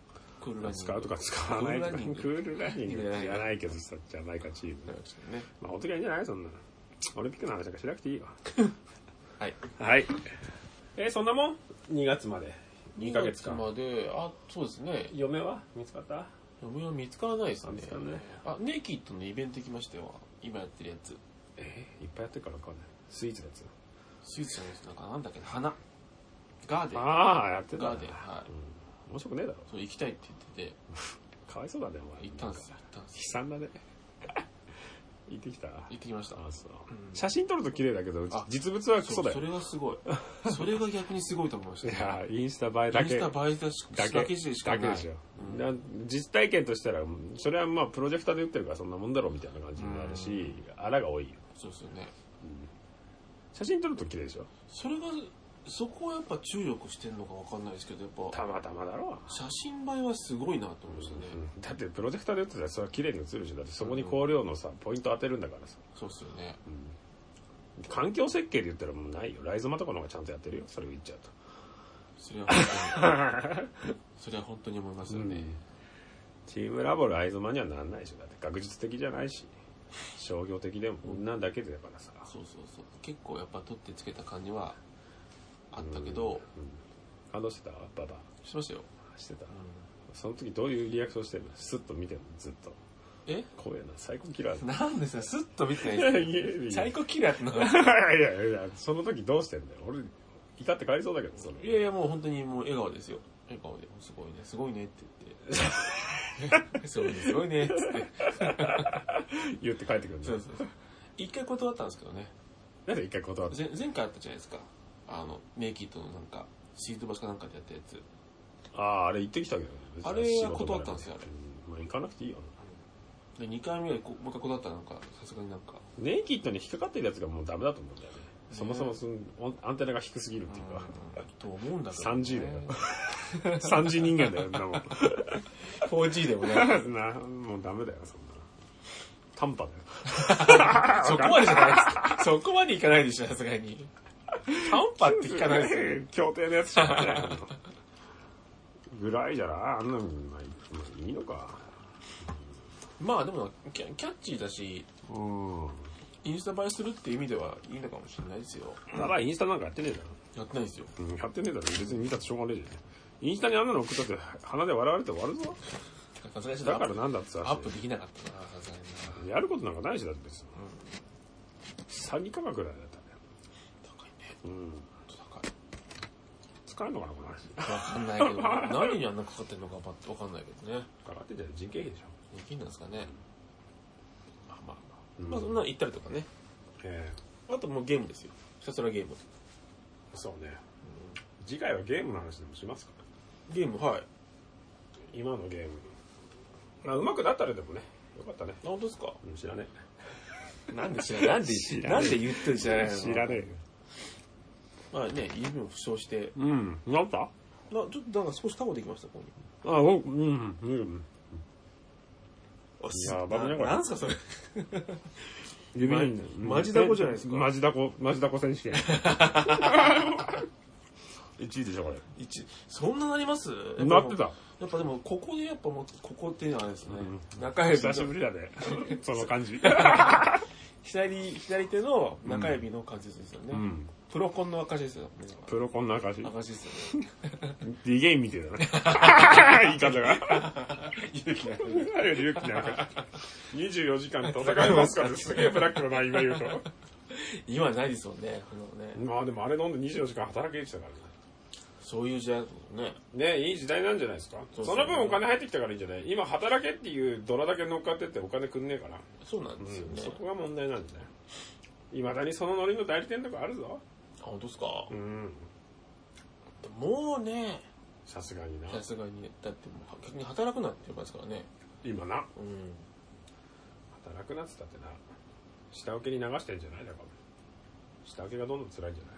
Speaker 1: クールランニング。
Speaker 2: 使うとか使わないとか、ク
Speaker 1: クー
Speaker 2: ー
Speaker 1: ル
Speaker 2: ルランニングじゃないけどさ、じゃないかチーム。
Speaker 1: ランニングですよね。
Speaker 2: まあ、おときゃいいんじゃないそんな。オリンピックの話なんかしなくていいよ。
Speaker 1: はい。
Speaker 2: はい。えーそんなもん ?2 月まで。2ヶ月
Speaker 1: 二
Speaker 2: 間。
Speaker 1: まで、あ、そうですね。
Speaker 2: 嫁は見つかった
Speaker 1: 嫁は見つからないですね
Speaker 2: 見つからない。
Speaker 1: あ、ネイキッドのイベント行きましたよ。今やってるやつ。
Speaker 2: えーいっぱいやってるからわかんない。スイーツのやつ。
Speaker 1: スイーツじゃないですなんかなんだっけな、花。ガーデン。
Speaker 2: ああ、やってた
Speaker 1: ガ
Speaker 2: な。
Speaker 1: ーデン。はい。
Speaker 2: うん面白くねえだろ。
Speaker 1: そう、行きたいって言ってて、
Speaker 2: かわいそうだね、お前。
Speaker 1: 行ったんですよ。行ったんです
Speaker 2: 悲
Speaker 1: よ。
Speaker 2: 惨だね。 行ってきたあ
Speaker 1: 行ってきました。
Speaker 2: そう
Speaker 1: うん
Speaker 2: 写真撮ると綺麗だけど
Speaker 1: あ、
Speaker 2: 実物はクソ
Speaker 1: そう
Speaker 2: だ
Speaker 1: そ
Speaker 2: よ。
Speaker 1: れがすご い。それが逆にすごいと思いまし
Speaker 2: い
Speaker 1: た。
Speaker 2: やー、インスタ映えだけ。
Speaker 1: インスタ映えだし、
Speaker 2: だ
Speaker 1: だけ
Speaker 2: け
Speaker 1: でしかない。
Speaker 2: だけでしょ、だ実体験としたらそれはまあプロジェクターで打ってるからそんなもんだろうみたいな感じになるしあらが多いよ
Speaker 1: そうですよね。
Speaker 2: 写真撮ると綺麗でしょ
Speaker 1: それが、そこはやっぱ注力してるのかわかんないですけど、やっぱ、
Speaker 2: たまたまだろ
Speaker 1: 写真映えはすごいなと思いましたね。
Speaker 2: うんだってプロジェクターで打ってたらそれは綺麗に写るでしょだってそこに光量のさポイント当てるんだからさ
Speaker 1: そうですよね。
Speaker 2: 環境設計で言ったらもうないよライゾマとかの方がちゃんとやってるよそれを言っちゃうと
Speaker 1: それは本当 に、それは本当に思いますよね。
Speaker 2: チームラボライゾマにはなんないでしょだって学術的じゃないし商業的でもこんなんだけでだからさ
Speaker 1: そうそうそう。結構やっぱ取ってつけた感じはあったけど、
Speaker 2: 感動してたババ
Speaker 1: しましたよ。
Speaker 2: してたその時どういうリアクションしてるのスッと見てるのずっと。
Speaker 1: え
Speaker 2: 怖えな、最高キラーだ。
Speaker 1: なんですかスッと見てない
Speaker 2: いやいや
Speaker 1: です
Speaker 2: い
Speaker 1: ね
Speaker 2: やいや
Speaker 1: サイコキラーっての が
Speaker 2: いやいや、その時どうしてんだよ。俺、怒って帰りそうだけど、そ
Speaker 1: いやいや、もう本当にもう笑顔ですよ。笑顔で、すごいね、すごいねって 言って。そうね、すごいねって言って。
Speaker 2: れ。言って帰ってくるんだ
Speaker 1: そ
Speaker 2: よ
Speaker 1: うそうそう。一回断ったんですけどね。
Speaker 2: なんで一回断って。
Speaker 1: 前前回あったじゃないですか。あの、ネイキッドのなんか、シートバスかなんかでやったやつ。
Speaker 2: ああ、あれ行ってきたけどね。
Speaker 1: あれは断ったんですよあれ
Speaker 2: うんまあ行かなくていいよ。
Speaker 1: で、二回目でこもう一回断ったらなんか、さすがになんか、
Speaker 2: ネイキッドに引っかかってるやつがもうダメだと思うんだよね。そもそもそのおアンテナが低すぎるっていうか。
Speaker 1: うんと思うんだけど、ね。
Speaker 2: 3G だ よ。3G 人間だよ、なもん。
Speaker 1: 4G でもね。
Speaker 2: な、もうダメだよ、そんな。短波だよ。
Speaker 1: そこまでじゃないです。 そこまでいかないでしょ、さすがに。短波って聞かないですよ。
Speaker 2: 協定のやつじゃないぐらいじゃなあんなのまあいいのか
Speaker 1: まあでもキャ、キャッチーだし、
Speaker 2: うん
Speaker 1: インスタ映えするっていう意味ではいいのかもしれないですよ。
Speaker 2: だからインスタなんかやってねえだ
Speaker 1: やってないですよ。
Speaker 2: ろ、うん、やってねえだろ別に見たってしょうがねえじゃんインスタにあんなの送ったって鼻で笑われて終わるぞ
Speaker 1: さすがに
Speaker 2: だからなんだってさ
Speaker 1: アップできなかったな、さすがにな。
Speaker 2: やることなんかないしだって別に詐欺価格ぐらいだったね
Speaker 1: 高いね。
Speaker 2: うん
Speaker 1: ほんと高い。
Speaker 2: 使えるのかなこの話
Speaker 1: わかんないけど、 何にあんなかかってんのかばわかんないけどね。
Speaker 2: かかってんじゃん人件費でしょ
Speaker 1: できんなんですかね。まあまあまあ。
Speaker 2: うん
Speaker 1: まあそんなの行ったりとかね。
Speaker 2: え
Speaker 1: あともうゲームですよ。ひたすらゲーム。
Speaker 2: えそうね次回はゲームの話でもしますか
Speaker 1: ゲーム、はい。あ、
Speaker 2: 今のゲームまあうまくなったらでもねよかったね
Speaker 1: 本当ですか
Speaker 2: うん知らねえ
Speaker 1: なんで知らないなんで
Speaker 2: 知、らな
Speaker 1: ないんで言ってる知らないの
Speaker 2: ね
Speaker 1: まあね、指も負傷して、
Speaker 2: えうん治ったあ
Speaker 1: まあちょっとなんか少し覚悟できました、ここに。
Speaker 2: うんうんうん
Speaker 1: あす
Speaker 2: やばくないこれ
Speaker 1: なんすかそれ。
Speaker 2: 指
Speaker 1: まマジダコじゃないですか
Speaker 2: マジダコマジダコ選手権1位でしょこれ
Speaker 1: 一そんななります
Speaker 2: なってた
Speaker 1: やっぱでも、ここでやっぱもう、ここっていうのはあれですね。
Speaker 2: う
Speaker 1: 中指
Speaker 2: 久
Speaker 1: の
Speaker 2: しぶりだねその感じ
Speaker 1: 左、左手の中指の関節ですよね。
Speaker 2: うん。
Speaker 1: プロコンの証ですよ。ね
Speaker 2: プロコンの証。
Speaker 1: 証ですよね。
Speaker 2: ディゲインみたい だな。言い方が。
Speaker 1: 勇気ない。
Speaker 2: あれより勇気ない話。24時間戦いますから、すげえブラックだな、今言うと。
Speaker 1: 今ないですもんね。このね
Speaker 2: まあでもあれ飲んで24時間働けてたからね。
Speaker 1: そういう時代だもんね。
Speaker 2: ねいい時代なんじゃないですか
Speaker 1: そ
Speaker 2: そう
Speaker 1: そう
Speaker 2: の分お金入ってきたからいいんじゃない今働けっていうドラだけ乗っかってってお金くんねえから、
Speaker 1: そうなんですよ
Speaker 2: うん
Speaker 1: ね。
Speaker 2: そこが問題なんじゃないいまだにそのノリの代理店とかあるぞ
Speaker 1: あ、本当ですか、
Speaker 2: うん
Speaker 1: もうね、
Speaker 2: さすがにな
Speaker 1: さすがにね、だってもう逆に働くなって言いますからね。
Speaker 2: 今な
Speaker 1: うん。
Speaker 2: 働くなっつったってな下請けに流してんじゃないだから下請けがどんどん辛いんじゃない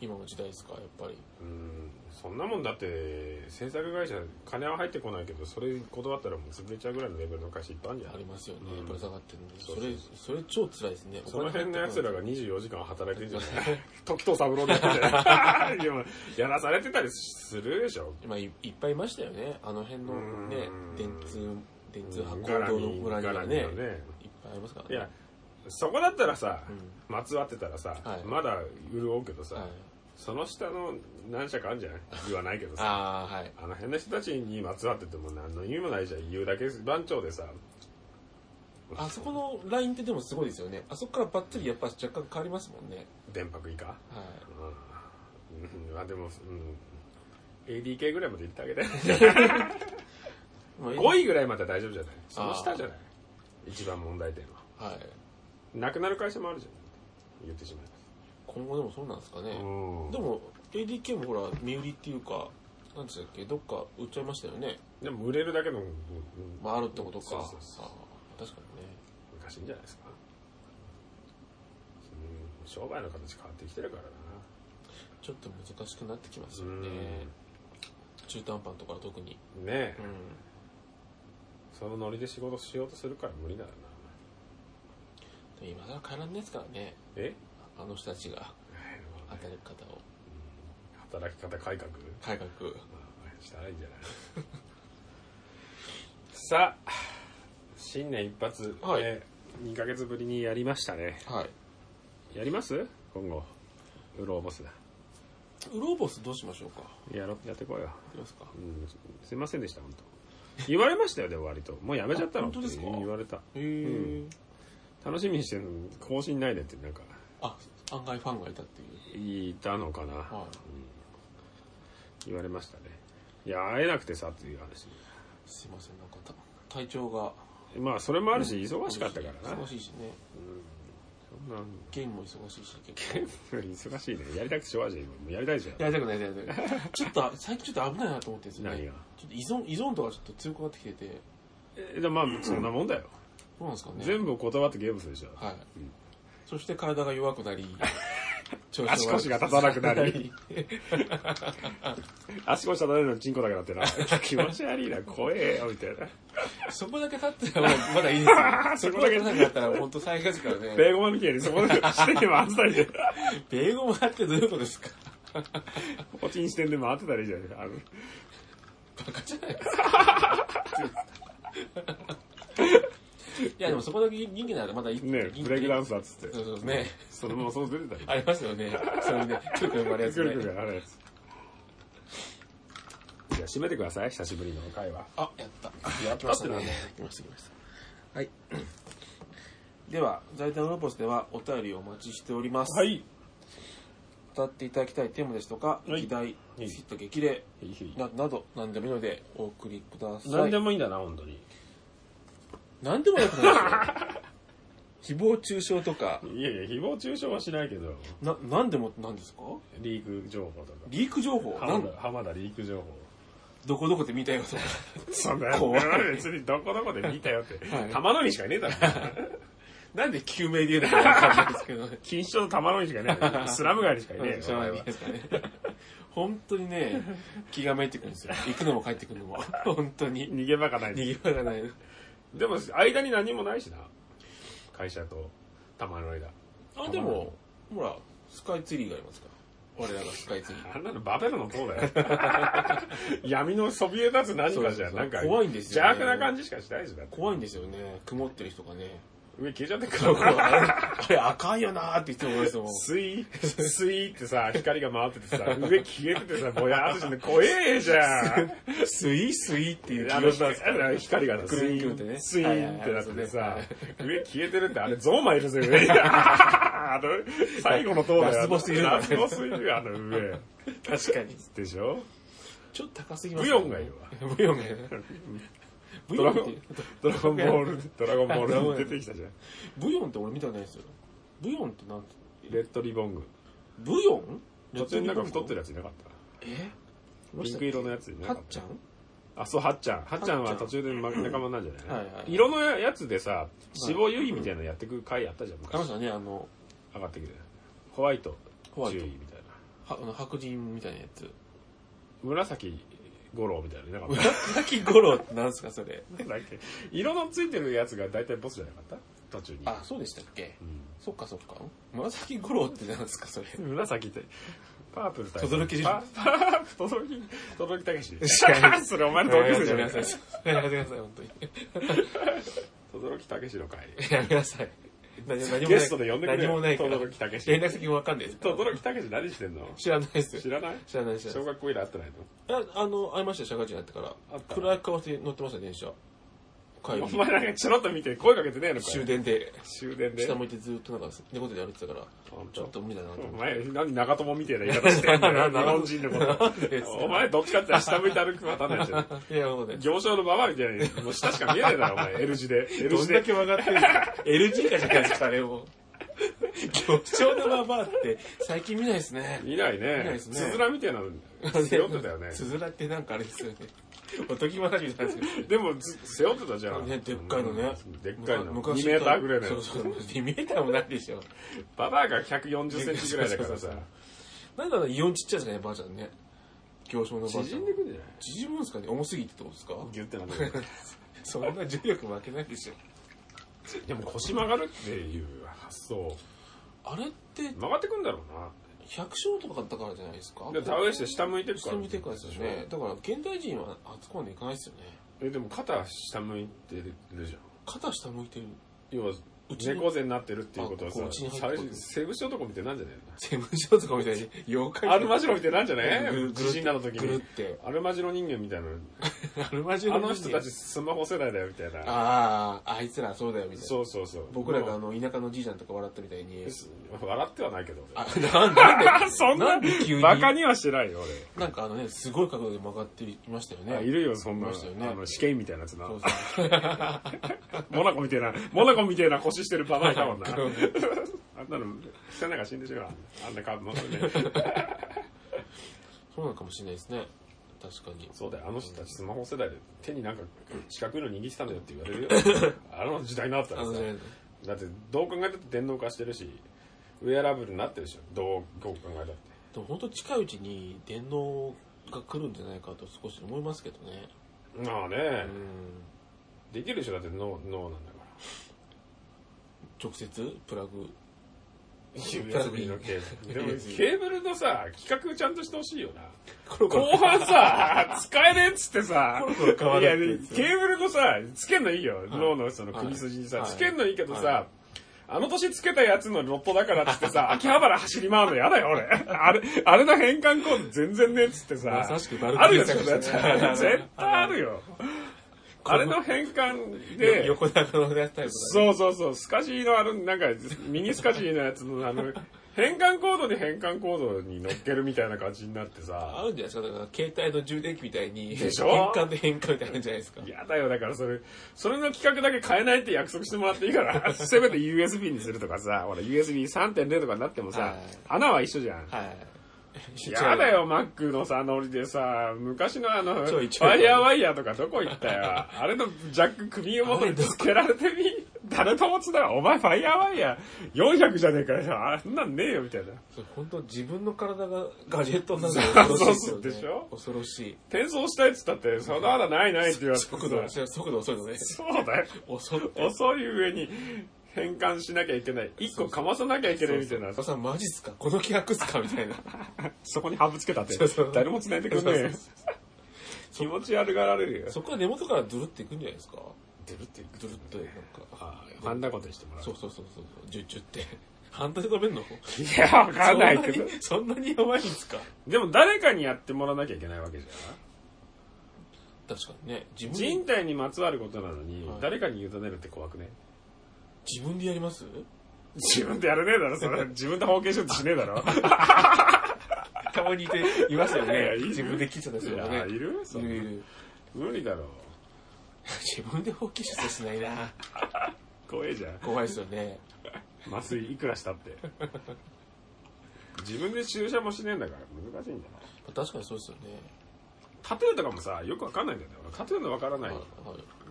Speaker 1: 今の時代ですか、やっぱり。
Speaker 2: うんそんなもんだって制作会社金は入ってこないけどそれ断ったらもう潰れちゃうぐらいのレベルの会社いっぱいあるんじゃな
Speaker 1: あ
Speaker 2: い
Speaker 1: りますよね
Speaker 2: うん。
Speaker 1: やっぱり下がってるんで。
Speaker 2: そう
Speaker 1: そ
Speaker 2: そう
Speaker 1: れ、それ超辛いですね。
Speaker 2: その辺の奴らが
Speaker 1: ね。
Speaker 2: 24時間働いてるじゃない。時と三郎だってね。でも やらされてたりするでしょ。
Speaker 1: 今いいっぱいいましたよね。あの辺のね
Speaker 2: うん、
Speaker 1: 電通、電通発
Speaker 2: ガ
Speaker 1: 行
Speaker 2: ラ
Speaker 1: 堂
Speaker 2: ミ
Speaker 1: の
Speaker 2: ン
Speaker 1: 村にはね、いっ
Speaker 2: ガラミンのね
Speaker 1: ぱいありますから
Speaker 2: い
Speaker 1: ね。
Speaker 2: や、そこだったらさ、
Speaker 1: う
Speaker 2: まつわってたらさ
Speaker 1: はい、
Speaker 2: まだ潤うけ
Speaker 1: ん
Speaker 2: ど
Speaker 1: は
Speaker 2: さ
Speaker 1: い、
Speaker 2: その下の何社かあるんじゃない言わないけどさ。
Speaker 1: ああ、はい。
Speaker 2: あの辺の人たちにまつわってても何の意味もないじゃん。言うだけ番長でさ。
Speaker 1: あそこのラインってでもすごいですよね。あそこからばっつりやっぱ若干変わりますもんね。
Speaker 2: 電白以下
Speaker 1: はい。
Speaker 2: うん。まあでも、うん。ADK ぐらいまで行ってあげて。
Speaker 1: もう
Speaker 2: 5位ぐらいまでは大丈夫じゃないその
Speaker 1: あー
Speaker 2: 下じゃない一番問題点は。
Speaker 1: はい。
Speaker 2: なくなる会社もあるじゃん。言ってしまい
Speaker 1: 今後でもそうなんですかね。
Speaker 2: ます。
Speaker 1: でも、ADK もほら、身売りっていうか、なんでしたっけ、どっか売っちゃいましたよね。
Speaker 2: でも売れるだけの、うんうん
Speaker 1: まあ、あるってことか。
Speaker 2: そうそうそう
Speaker 1: あー確かにね。
Speaker 2: おかしいんじゃないですか。うん商売の形変わってきてるからな。
Speaker 1: ちょっと難しくなってきますよ
Speaker 2: うん
Speaker 1: ね。中途半端なとか特に。
Speaker 2: ねえ
Speaker 1: う、ん。
Speaker 2: そのノリで仕事しようとするから無理だよな。
Speaker 1: で今更変えらんないですからね。
Speaker 2: え
Speaker 1: あの人たちが
Speaker 2: うん
Speaker 1: 働き方を。
Speaker 2: 働き方改革
Speaker 1: 改革。
Speaker 2: まあしたらいいんじゃない さあ、新年一発、
Speaker 1: はい
Speaker 2: えー、2ヶ月ぶりにやりましたね。
Speaker 1: はい。
Speaker 2: やります今後。うろうボスだ。
Speaker 1: ウローボスどうしましょうか
Speaker 2: やろ、やってこいよ。
Speaker 1: いきますか
Speaker 2: うん、すいませんでした、本当言われましたよ、でも割と。もうやめちゃったの
Speaker 1: あ本当ですか
Speaker 2: って言われた。
Speaker 1: へえ、
Speaker 2: 楽しみにしてるのに更新ないでって、なんか、
Speaker 1: あ、案外ファンがいたっていう。
Speaker 2: 言ったのかな、
Speaker 1: は
Speaker 2: 言われましたね。いや、会えなくてさ、っていう話。
Speaker 1: い。すいません、なんかた体調が。
Speaker 2: まあ、それもあるし、忙しかったからな。
Speaker 1: 忙しいしね。
Speaker 2: そんな
Speaker 1: ゲームも忙しいし、結構。
Speaker 2: 忙しいね。やりたくてしょうがないじゃん、今。もうやりたいじゃん。
Speaker 1: やりたくない、やりたくない。ちょっと、最近ちょっと危ないなと思ってるんですよ
Speaker 2: 何
Speaker 1: ね
Speaker 2: が。
Speaker 1: ちょっと依存、依存度がちょっと強くなってきてて、ど
Speaker 2: えでもまあ、そんなもんだよ。
Speaker 1: うなんですかね。
Speaker 2: 全部断ってゲームするでしょ。
Speaker 1: はい。
Speaker 2: うん
Speaker 1: そして体が弱くな り、調
Speaker 2: 足腰が立たなくなり。足腰立たないのにチンコだけなっ てな。気持ち悪いな、怖えよ、みたいな。
Speaker 1: そこだけ立ってたらまだまだいいですよ。そ
Speaker 2: そこ
Speaker 1: こ
Speaker 2: だ
Speaker 1: だ
Speaker 2: け
Speaker 1: け立ってなかったら本当最悪ですから
Speaker 2: ベ
Speaker 1: ね。
Speaker 2: ーゴマみたいにそこで、してて回ってたりで、
Speaker 1: 米語もあってどういうことですか
Speaker 2: ポチンしてんで回ってたりじゃん。あの、
Speaker 1: バカじゃないですか。 いや、でもそこだけ人気ならまだいい。
Speaker 2: ね、ブレイクダンサーっつって
Speaker 1: そう。そうね。
Speaker 2: そのままそう出てたり。
Speaker 1: ありますよね。それね、ちょっと生まれや
Speaker 2: く
Speaker 1: つ
Speaker 2: るく
Speaker 1: ね。
Speaker 2: る、あれやつ。じゃあ、締めてください、久しぶりの会話。
Speaker 1: あ、やった。
Speaker 2: やっ
Speaker 1: 来ました
Speaker 2: な
Speaker 1: ね。来ました、来ました。はい。では、在宅ロボスではお便りをお待ちしております。
Speaker 2: は。い。
Speaker 1: 歌っていただきたいテーマですとか、
Speaker 2: はい
Speaker 1: 議題、
Speaker 2: い
Speaker 1: ヒット激励
Speaker 2: いいいい
Speaker 1: ななど、何でもいいのでお送りください。
Speaker 2: 何でもいいんだな、本当に。
Speaker 1: 何でもよくないです よ。誹謗中傷とか、
Speaker 2: いやいや、誹謗中傷はしないけど、
Speaker 1: な、何でも何ですか
Speaker 2: リーク情報とか。
Speaker 1: リーク情報な
Speaker 2: 浜
Speaker 1: ん
Speaker 2: 田、浜田リーク情報。
Speaker 1: どこどこで見たよとか。
Speaker 2: そんな、
Speaker 1: 怖い
Speaker 2: 別にどこどこで見たよって
Speaker 1: は。い
Speaker 2: 玉の海しかいねえだろ。
Speaker 1: なんで救命で言うのかわかんないですけど ね。
Speaker 2: 錦糸町の玉の海しかい ねえよ。スラム街にしかいねえ
Speaker 1: 知ら
Speaker 2: よお
Speaker 1: な
Speaker 2: 前
Speaker 1: い
Speaker 2: は。
Speaker 1: ですかね。 本当にね、気がめいてくるんですよ。行くのも帰ってくるの も。本当に。
Speaker 2: 逃げ場がない。
Speaker 1: 逃げ場がない。
Speaker 2: でも、間に何もないしな。会社と玉の間。
Speaker 1: あ、でも、ほら、スカイツリーがありますから。我らがスカイツリー。
Speaker 2: あんなのバベルの塔だよ。 闇のそびえ立つ何かじゃん。
Speaker 1: そうそうそう
Speaker 2: なんか、
Speaker 1: 怖いんですよね
Speaker 2: 邪悪な感じしかしないしだって。
Speaker 1: 怖いんですよね。曇ってる人がね。
Speaker 2: 上消えちゃって
Speaker 1: あれ
Speaker 2: るから。
Speaker 1: あれ赤いよなーっていつも思いますもん。
Speaker 2: スイー、スイーってさ、光が回っててさ、上消えててさ、ぼやーっとしてんの怖えじゃん。
Speaker 1: スイスイっていう気
Speaker 2: あ
Speaker 1: が
Speaker 2: の
Speaker 1: したんですか
Speaker 2: 光光が
Speaker 1: く
Speaker 2: スイ
Speaker 1: るんくる
Speaker 2: ー
Speaker 1: んって
Speaker 2: ン
Speaker 1: ね
Speaker 2: スイーンってなっててさ、上消えてるって、あれゾウマいるぜ、上に。あの最後の塔だよ。
Speaker 1: ラスボスいるから
Speaker 2: ラスボスいるよ、あの上。
Speaker 1: 確かに。
Speaker 2: でしょ
Speaker 1: ちょっと高すぎま
Speaker 2: ブ
Speaker 1: す
Speaker 2: ヨンがいるわ。
Speaker 1: わ。ブヨンがいる。ブ
Speaker 2: ド
Speaker 1: ヨ
Speaker 2: ラ
Speaker 1: ン
Speaker 2: ゴ
Speaker 1: って
Speaker 2: ン、ドラゴンボール、ドラゴンボールに出てきたじゃん。
Speaker 1: ブヨンって俺見たことないですよ。ブヨンってなんて
Speaker 2: レッドリボン軍。
Speaker 1: ブヨン
Speaker 2: 突然なんか太ってるやついなかった
Speaker 1: え
Speaker 2: ピンク色のやついな
Speaker 1: は
Speaker 2: かっ
Speaker 1: ったちゃん
Speaker 2: あ、そう、はっちゃん。はっちゃんは
Speaker 1: はっちゃ
Speaker 2: 途
Speaker 1: ん
Speaker 2: 中で ま仲間なんじゃない,、
Speaker 1: はいはい
Speaker 2: 色のやつでさ、死亡遊戯みたいなのやってく回あったじゃん、
Speaker 1: あの
Speaker 2: 昔。
Speaker 1: 人はね、あの、
Speaker 2: 上がってくる。ホワイト、
Speaker 1: ホワイト
Speaker 2: 注意みたいな。
Speaker 1: はあの白人みたいなやつ。
Speaker 2: 紫五郎みたいなのいなかっ
Speaker 1: 紫五郎ってなんすか、それ。
Speaker 2: た。だっけ色のついてるやつが大体ボスじゃなかった途中に。
Speaker 1: あ、そうでしたっけ
Speaker 2: うん
Speaker 1: そっかそっか。紫五郎ってなんですか、それ。
Speaker 2: 紫って、パープル大
Speaker 1: 轟じゃん
Speaker 2: パパープ、轟き、轟きたけし。 それお前の同級生じゃない
Speaker 1: やめなさい。やめなさい、本当に。
Speaker 2: 轟きたけしの回。
Speaker 1: やめなさい。何もない
Speaker 2: ゲストで呼んでくれよ
Speaker 1: 何もないから。
Speaker 2: 轟たけし
Speaker 1: 連絡先もわかんないです。
Speaker 2: 轟きたけし何してんの
Speaker 1: 知らないですよ。
Speaker 2: 知らない
Speaker 1: 知らない、知らな
Speaker 2: 小
Speaker 1: い。
Speaker 2: 学校以来会ってないの
Speaker 1: ああの、会いましたよ、社会人になってから
Speaker 2: あった。
Speaker 1: 暗い顔して乗ってました、電車。帰
Speaker 2: お
Speaker 1: り。
Speaker 2: 前なんかちょろっと見て声かけてねえのかよ
Speaker 1: 終電で、
Speaker 2: 終電で
Speaker 1: 下向いてずっとなんか猫背で歩いてたから、
Speaker 2: 本
Speaker 1: ち
Speaker 2: 当
Speaker 1: ょっと無理だなと思って
Speaker 2: お。前何長友みたいな言い方してんだよ
Speaker 1: な
Speaker 2: 日
Speaker 1: な
Speaker 2: 本人のこ
Speaker 1: なんで です
Speaker 2: と
Speaker 1: か
Speaker 2: お前どっちかって言ったら下向いて歩くパターンなんじゃん
Speaker 1: いや、もうね。
Speaker 2: 行商のババアみたいにもう下しか見えないだろお前 L 字で L
Speaker 1: ど
Speaker 2: 字
Speaker 1: んだ
Speaker 2: で
Speaker 1: け曲が ってるんですか ?L 字以下じゃないですか、あれも。局長のババアって最近見ないですね。
Speaker 2: 見ない
Speaker 1: 見ない
Speaker 2: ね
Speaker 1: ですね
Speaker 2: つづらみたいなの背負ってたよね
Speaker 1: つづらってなんかあれですよね。おとぎ話みたいなんですけ
Speaker 2: でもず背負ってたじゃ
Speaker 1: ど。
Speaker 2: ん
Speaker 1: ね、でっかいのね。
Speaker 2: でっかいの
Speaker 1: 昔
Speaker 2: 2メーターぐらいの
Speaker 1: そ
Speaker 2: や
Speaker 1: う
Speaker 2: つ
Speaker 1: そう。2メーターもないでしょ。
Speaker 2: ババアが140センチぐらいだから
Speaker 1: そ
Speaker 2: さ
Speaker 1: うそうなんだろう、イオンちっちゃいですかね、ばあちゃんね。行商のばあちゃん。
Speaker 2: 縮んでくんじゃない
Speaker 1: 縮むんですかね重すぎてってことですか
Speaker 2: ギュってなってる
Speaker 1: そんな重力負けないでしょ。
Speaker 2: でも腰曲がるっていう発想
Speaker 1: あれって、
Speaker 2: 曲がってくんだろうな
Speaker 1: 百姓とかだからじゃないですか
Speaker 2: で田植えして下向いてるから
Speaker 1: 下向いてくからですよね。だから、現代人はあそこまでいかないですよね。
Speaker 2: えでも肩下向いてるじゃん
Speaker 1: 肩下向いてる。
Speaker 2: 要は
Speaker 1: うちに
Speaker 2: 猫背になってるっていうことは
Speaker 1: あ
Speaker 2: さ
Speaker 1: こううちに入って
Speaker 2: 最
Speaker 1: る
Speaker 2: 初セブシ男みたいなんじゃないの
Speaker 1: セブンショーとかみたいに、妖怪
Speaker 2: アルマジロみたいなんじゃな
Speaker 1: ぐるぐ
Speaker 2: い
Speaker 1: る
Speaker 2: 地震なの時
Speaker 1: ぐる
Speaker 2: に
Speaker 1: って。
Speaker 2: アルマジロ人間みたいな
Speaker 1: アルマジロ
Speaker 2: あ
Speaker 1: 人間
Speaker 2: の人たち。スマホ世代だよみたいな
Speaker 1: ああ、あいつらそうだよ、みたいな。
Speaker 2: そうそうそう
Speaker 1: 僕らがあ
Speaker 2: も
Speaker 1: の、田舎のじいちゃんとか笑ったみたいに
Speaker 2: う。す笑ってはないけど
Speaker 1: あ、なんなんで
Speaker 2: そんな
Speaker 1: なんで急に。
Speaker 2: バカにはしてないよ俺
Speaker 1: なんかあのね、すごい角度で曲がっていましたよ
Speaker 2: あい
Speaker 1: ね。
Speaker 2: るよそんない
Speaker 1: ましたよね
Speaker 2: あの試験みたいなやつな
Speaker 1: そうそ
Speaker 2: モナコみたいなモナコみたいな腰してる ババアい たもんな
Speaker 1: う。
Speaker 2: あんなの、背中死んでしまう。あんな顔、まあね。
Speaker 1: そうなのかもしれないですね。確かに。
Speaker 2: そうだよ、あの人たちスマホ世代で手になんか四角いの握ってたんだよって言われるよ。あの時代になった
Speaker 1: あ
Speaker 2: らさ
Speaker 1: の。ね、
Speaker 2: だって、どう考えたって電動化してるし、ウェアラブルになってるでしょ。どうどう考えたって。
Speaker 1: でも本当近いうちに電脳が来るんじゃないかと少し思いますけどね。
Speaker 2: まあ
Speaker 1: う
Speaker 2: ね、
Speaker 1: ん。
Speaker 2: できるでしょ、だって脳脳なんだ から。
Speaker 1: 直接プラグ。
Speaker 2: USB のケーブル。でも、ケーブルのさ、企画ちゃんとしてほしいよな。
Speaker 1: コロ
Speaker 2: 後半さ、使えねえっつってさ、
Speaker 1: コロコロ変わ
Speaker 2: いや、ケ
Speaker 1: るって
Speaker 2: ーブルのさ、つけんのいいよ。脳のその首筋にさ、
Speaker 1: はい
Speaker 2: つけんのいいけど
Speaker 1: は
Speaker 2: さ、あの年つけたやつのロットだからっつってさ、 秋葉原走り回るのやだよ、俺。あれ、あれの変換コード全然ねえっつってさ、
Speaker 1: まさしくバル
Speaker 2: あ
Speaker 1: コ
Speaker 2: る
Speaker 1: ニ
Speaker 2: よ、
Speaker 1: ー
Speaker 2: そ
Speaker 1: 探
Speaker 2: ん
Speaker 1: し
Speaker 2: な
Speaker 1: ね
Speaker 2: やつ。絶対ある よ。あれの変換で、
Speaker 1: 横長のやったりとかね。
Speaker 2: そうそうそう、スカジーのある、なんか、ミニスカジーのやつの、あの、変換コードに変換コードに乗っけるみたいな感じになって
Speaker 1: あ
Speaker 2: さ、
Speaker 1: るんじゃないですかだから、携帯の充電器みたいに、
Speaker 2: でしょ
Speaker 1: 変換で変換みたいなのあるんじゃないですか。
Speaker 2: やだよ、だからそれ、それの企画だけ変えないって約束してもらっていいから、 せめて USB にするとかさ、ほら、USB3.0 とかになっても
Speaker 1: はい
Speaker 2: さ、穴は一緒じゃん。
Speaker 1: はい。
Speaker 2: やだ。よ、Mac のさ、ノリでさ、昔のあの、フ
Speaker 1: ちょいちょい
Speaker 2: ァイアーワイヤーとかどこ行ったよ。あれのジャック首元につけられてみ、誰ともつながらんお前ファイアーワイヤー400じゃねえからよ。あんなんねえよ、みたいな。
Speaker 1: 本当自分の体がガジェットになるの
Speaker 2: そうそうでしょ
Speaker 1: 恐ろしい。
Speaker 2: 転送したいっつったって、その穴ないないって言われてさ
Speaker 1: 速度、速度遅いのね。
Speaker 2: そうだよ。
Speaker 1: 遅い。
Speaker 2: 遅い上に変換しなきゃいけない。一個かまさなきゃいけないみたいな。
Speaker 1: おさんマジっすかこの気迫っすかみたいな。
Speaker 2: そこにハブつけたって
Speaker 1: そうそう
Speaker 2: 誰も繋いでくんねえよ
Speaker 1: そう。
Speaker 2: 気持ち悪がられるよ。
Speaker 1: そこは根元からドゥルっていくんじゃないですか
Speaker 2: ドゥルっていく
Speaker 1: ドゥルっとなんか、
Speaker 2: はいファンダコとしてもらう
Speaker 1: そうそうそうそう、ジュッジュって。反対で食べんの
Speaker 2: いやわかんないけど
Speaker 1: そんなにそんなにやばいんですか
Speaker 2: でも誰かにやってもらわなきゃいけないわけじゃ
Speaker 1: 確かにね、自
Speaker 2: ん
Speaker 1: 分
Speaker 2: 人
Speaker 1: で、
Speaker 2: 体にまつわることなのに、
Speaker 1: はい
Speaker 2: 誰かに委ねるって怖くね
Speaker 1: 自分でやります
Speaker 2: 自分でやらねえだろそれ自分で包茎処置しねえだろ
Speaker 1: たまにいて、いますよ
Speaker 2: いや
Speaker 1: ね
Speaker 2: い。る
Speaker 1: 自分で切っちゃった人
Speaker 2: い
Speaker 1: も
Speaker 2: や
Speaker 1: ね。
Speaker 2: いるそ
Speaker 1: い
Speaker 2: んな
Speaker 1: るいる
Speaker 2: 無理だろ
Speaker 1: 自分で放棄出世しないな。
Speaker 2: 怖えじゃん
Speaker 1: 怖いですよね。
Speaker 2: 麻酔いくらしたって自分で注射もしねえんだから難しいんじゃない
Speaker 1: 確かにそうですよね。
Speaker 2: タトゥーとかもさよくわかんないんだよね俺タトゥーのわからない、
Speaker 1: は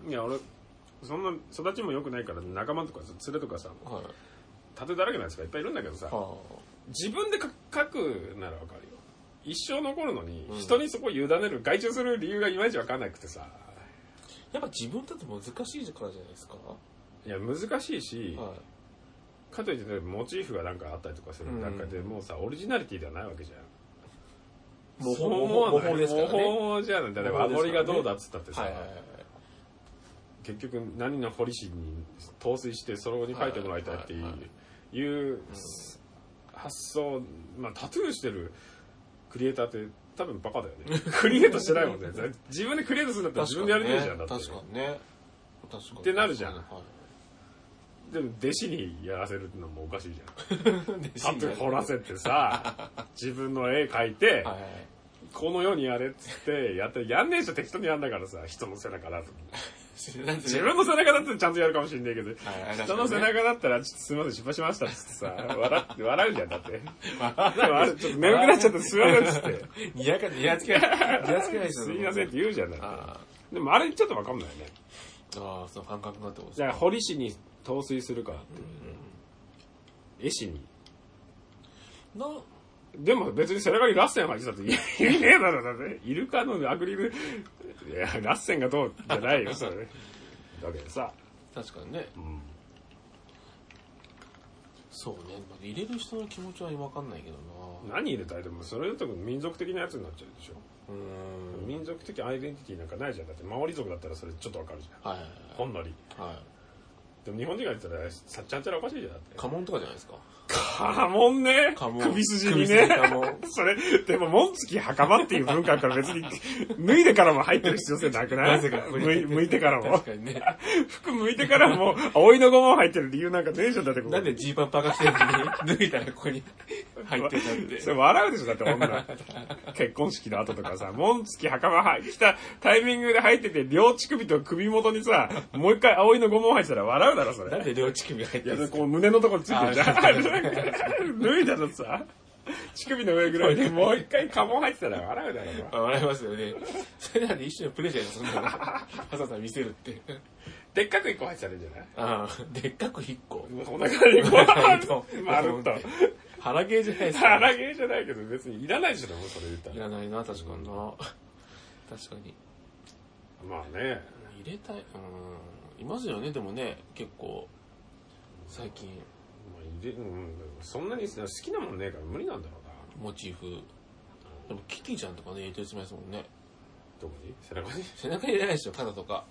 Speaker 1: い。
Speaker 2: い、や俺そんな育ちも良くないから仲間とかさ連れとかさ
Speaker 1: はい。はい。
Speaker 2: タトゥーだらけのやつがいっぱいいるんだけどさ
Speaker 1: は
Speaker 2: 自分でか書くならわかるよ一生残るのに、
Speaker 1: うん
Speaker 2: 人にそこ委ねる外注する理由がいまいちわかんなくてさ
Speaker 1: あ。やっぱ自分だって難しいからじゃないですか。
Speaker 2: いや難しいし、
Speaker 1: はい。
Speaker 2: かといってねモチーフがなんかあったりとかする中で、もうさオリジナリティではないわけじゃん
Speaker 1: 模
Speaker 2: そう
Speaker 1: 倣
Speaker 2: 思わない
Speaker 1: 模倣ですから
Speaker 2: 模
Speaker 1: ね。
Speaker 2: 倣じゃない例えば
Speaker 1: 模倣ですからね
Speaker 2: アボリがどうだっつったってさ、
Speaker 1: はいはいはいはい。
Speaker 2: 結局何の堀市に陶酔してそこに書いてもらいたいっていう,、
Speaker 1: はいいはいは
Speaker 2: 発想、まあ、タトゥーしてるクリエイターって多分バカだよ ねクリエイトしてないもんね自分でクリエイトするんだったら自分でやりたいじゃんだって
Speaker 1: 確かにね。確かに。
Speaker 2: ってなるじゃん
Speaker 1: はい。
Speaker 2: でも弟子にやらせるのもおかしいじゃん
Speaker 1: あ
Speaker 2: タトゥー掘らせ てさ自分の絵描いて、
Speaker 1: はいはい。
Speaker 2: このようにやれっつってやってやんねえじゃん適当にやんだからさ人の背中だと自分の背中だったらちゃんとやるかもしんないけど、
Speaker 1: はい
Speaker 2: 人の背中だったら、ちょっとすみません、失敗しましたっつってさ、笑って、笑うじゃん、だって。笑うちょっと眠くなっちゃって、すみませんっつ って。
Speaker 1: にやか、にやつけない。にやつけないです
Speaker 2: す
Speaker 1: よ
Speaker 2: みませんって言うじゃん、だって。
Speaker 1: あ
Speaker 2: でもあれちょっとわかんないよね。
Speaker 1: ーあー、その感覚になってます
Speaker 2: だ。から、堀市に陶酔するからって。絵師に。
Speaker 1: な、
Speaker 2: でも別に背中にラッセン入ってたって言えねえだろ、だって。イルカのアクリル、いや、ラッセンがどうじゃないよ、それ。だけどさ、
Speaker 1: 確かにね。
Speaker 2: うん
Speaker 1: そうね。まあ入れる人の気持ちはわかんないけどな。
Speaker 2: 何入れたいでもそれだと民族的なやつになっちゃうでしょ。
Speaker 1: うーん。
Speaker 2: 民族的アイデンティティなんかないじゃんだってマオリ族だったらそれちょっとわかるじゃん
Speaker 1: はいはい
Speaker 2: ほんのり
Speaker 1: はい。はい。
Speaker 2: でも日本人が言ったらさっちゃんちゃらおかしいじゃんだって
Speaker 1: 家紋とかじゃないですか。
Speaker 2: カモンね
Speaker 1: 家紋
Speaker 2: 首筋に
Speaker 1: 首筋
Speaker 2: ね
Speaker 1: 家紋
Speaker 2: それでも紋付き袴っていう文化から別に脱いでからも入ってる必要性なくない
Speaker 1: なぜかここに
Speaker 2: むい剥いてからも
Speaker 1: 確かにね。
Speaker 2: 服剥いてからも葵の御紋入ってる理由なんかねえじゃんだってここ
Speaker 1: なんでジーパンパーカーしてる のに、脱いだらここに入ってたって。
Speaker 2: それ笑うでしょだって 女結婚式の後とかさ紋付き袴は着たタイミングで入ってて両乳首と首元にさもう一回葵の御紋入ってたら笑うだろそれ
Speaker 1: なんで両乳首入っ
Speaker 2: い
Speaker 1: て
Speaker 2: や、
Speaker 1: るんです
Speaker 2: で
Speaker 1: か
Speaker 2: こう胸のとこについてるじゃん。
Speaker 1: あ
Speaker 2: 脱いだとさ、乳首の上ぐらいでもう一回カモン入ってたら笑うだろ、お前
Speaker 1: あ笑いますよね。それなんで一緒にプレイじゃないですか、そんなの。朝さん見せるって。
Speaker 2: でっかく一個入ってたらいいんじゃない
Speaker 1: ああ、でっかく一個。
Speaker 2: お腹 にこ
Speaker 1: まると
Speaker 2: う、丸っと。
Speaker 1: 腹毛じゃないですか。
Speaker 2: 腹毛じゃないけど別にいらないでしょ、でもそれ言った
Speaker 1: い
Speaker 2: ら。
Speaker 1: らないな、確かにな。確かに。
Speaker 2: まあね、
Speaker 1: 入れたい、うん。いますよね、でもね、結構、最近、
Speaker 2: まあ入れうん、そんなに好きなもんねえから無理なんだろうな。
Speaker 1: モチーフ。でも、キキちゃんとかね、入れてるつもりですもんね。
Speaker 2: どこに背中に
Speaker 1: 背中に入れないでしょ、肩とか。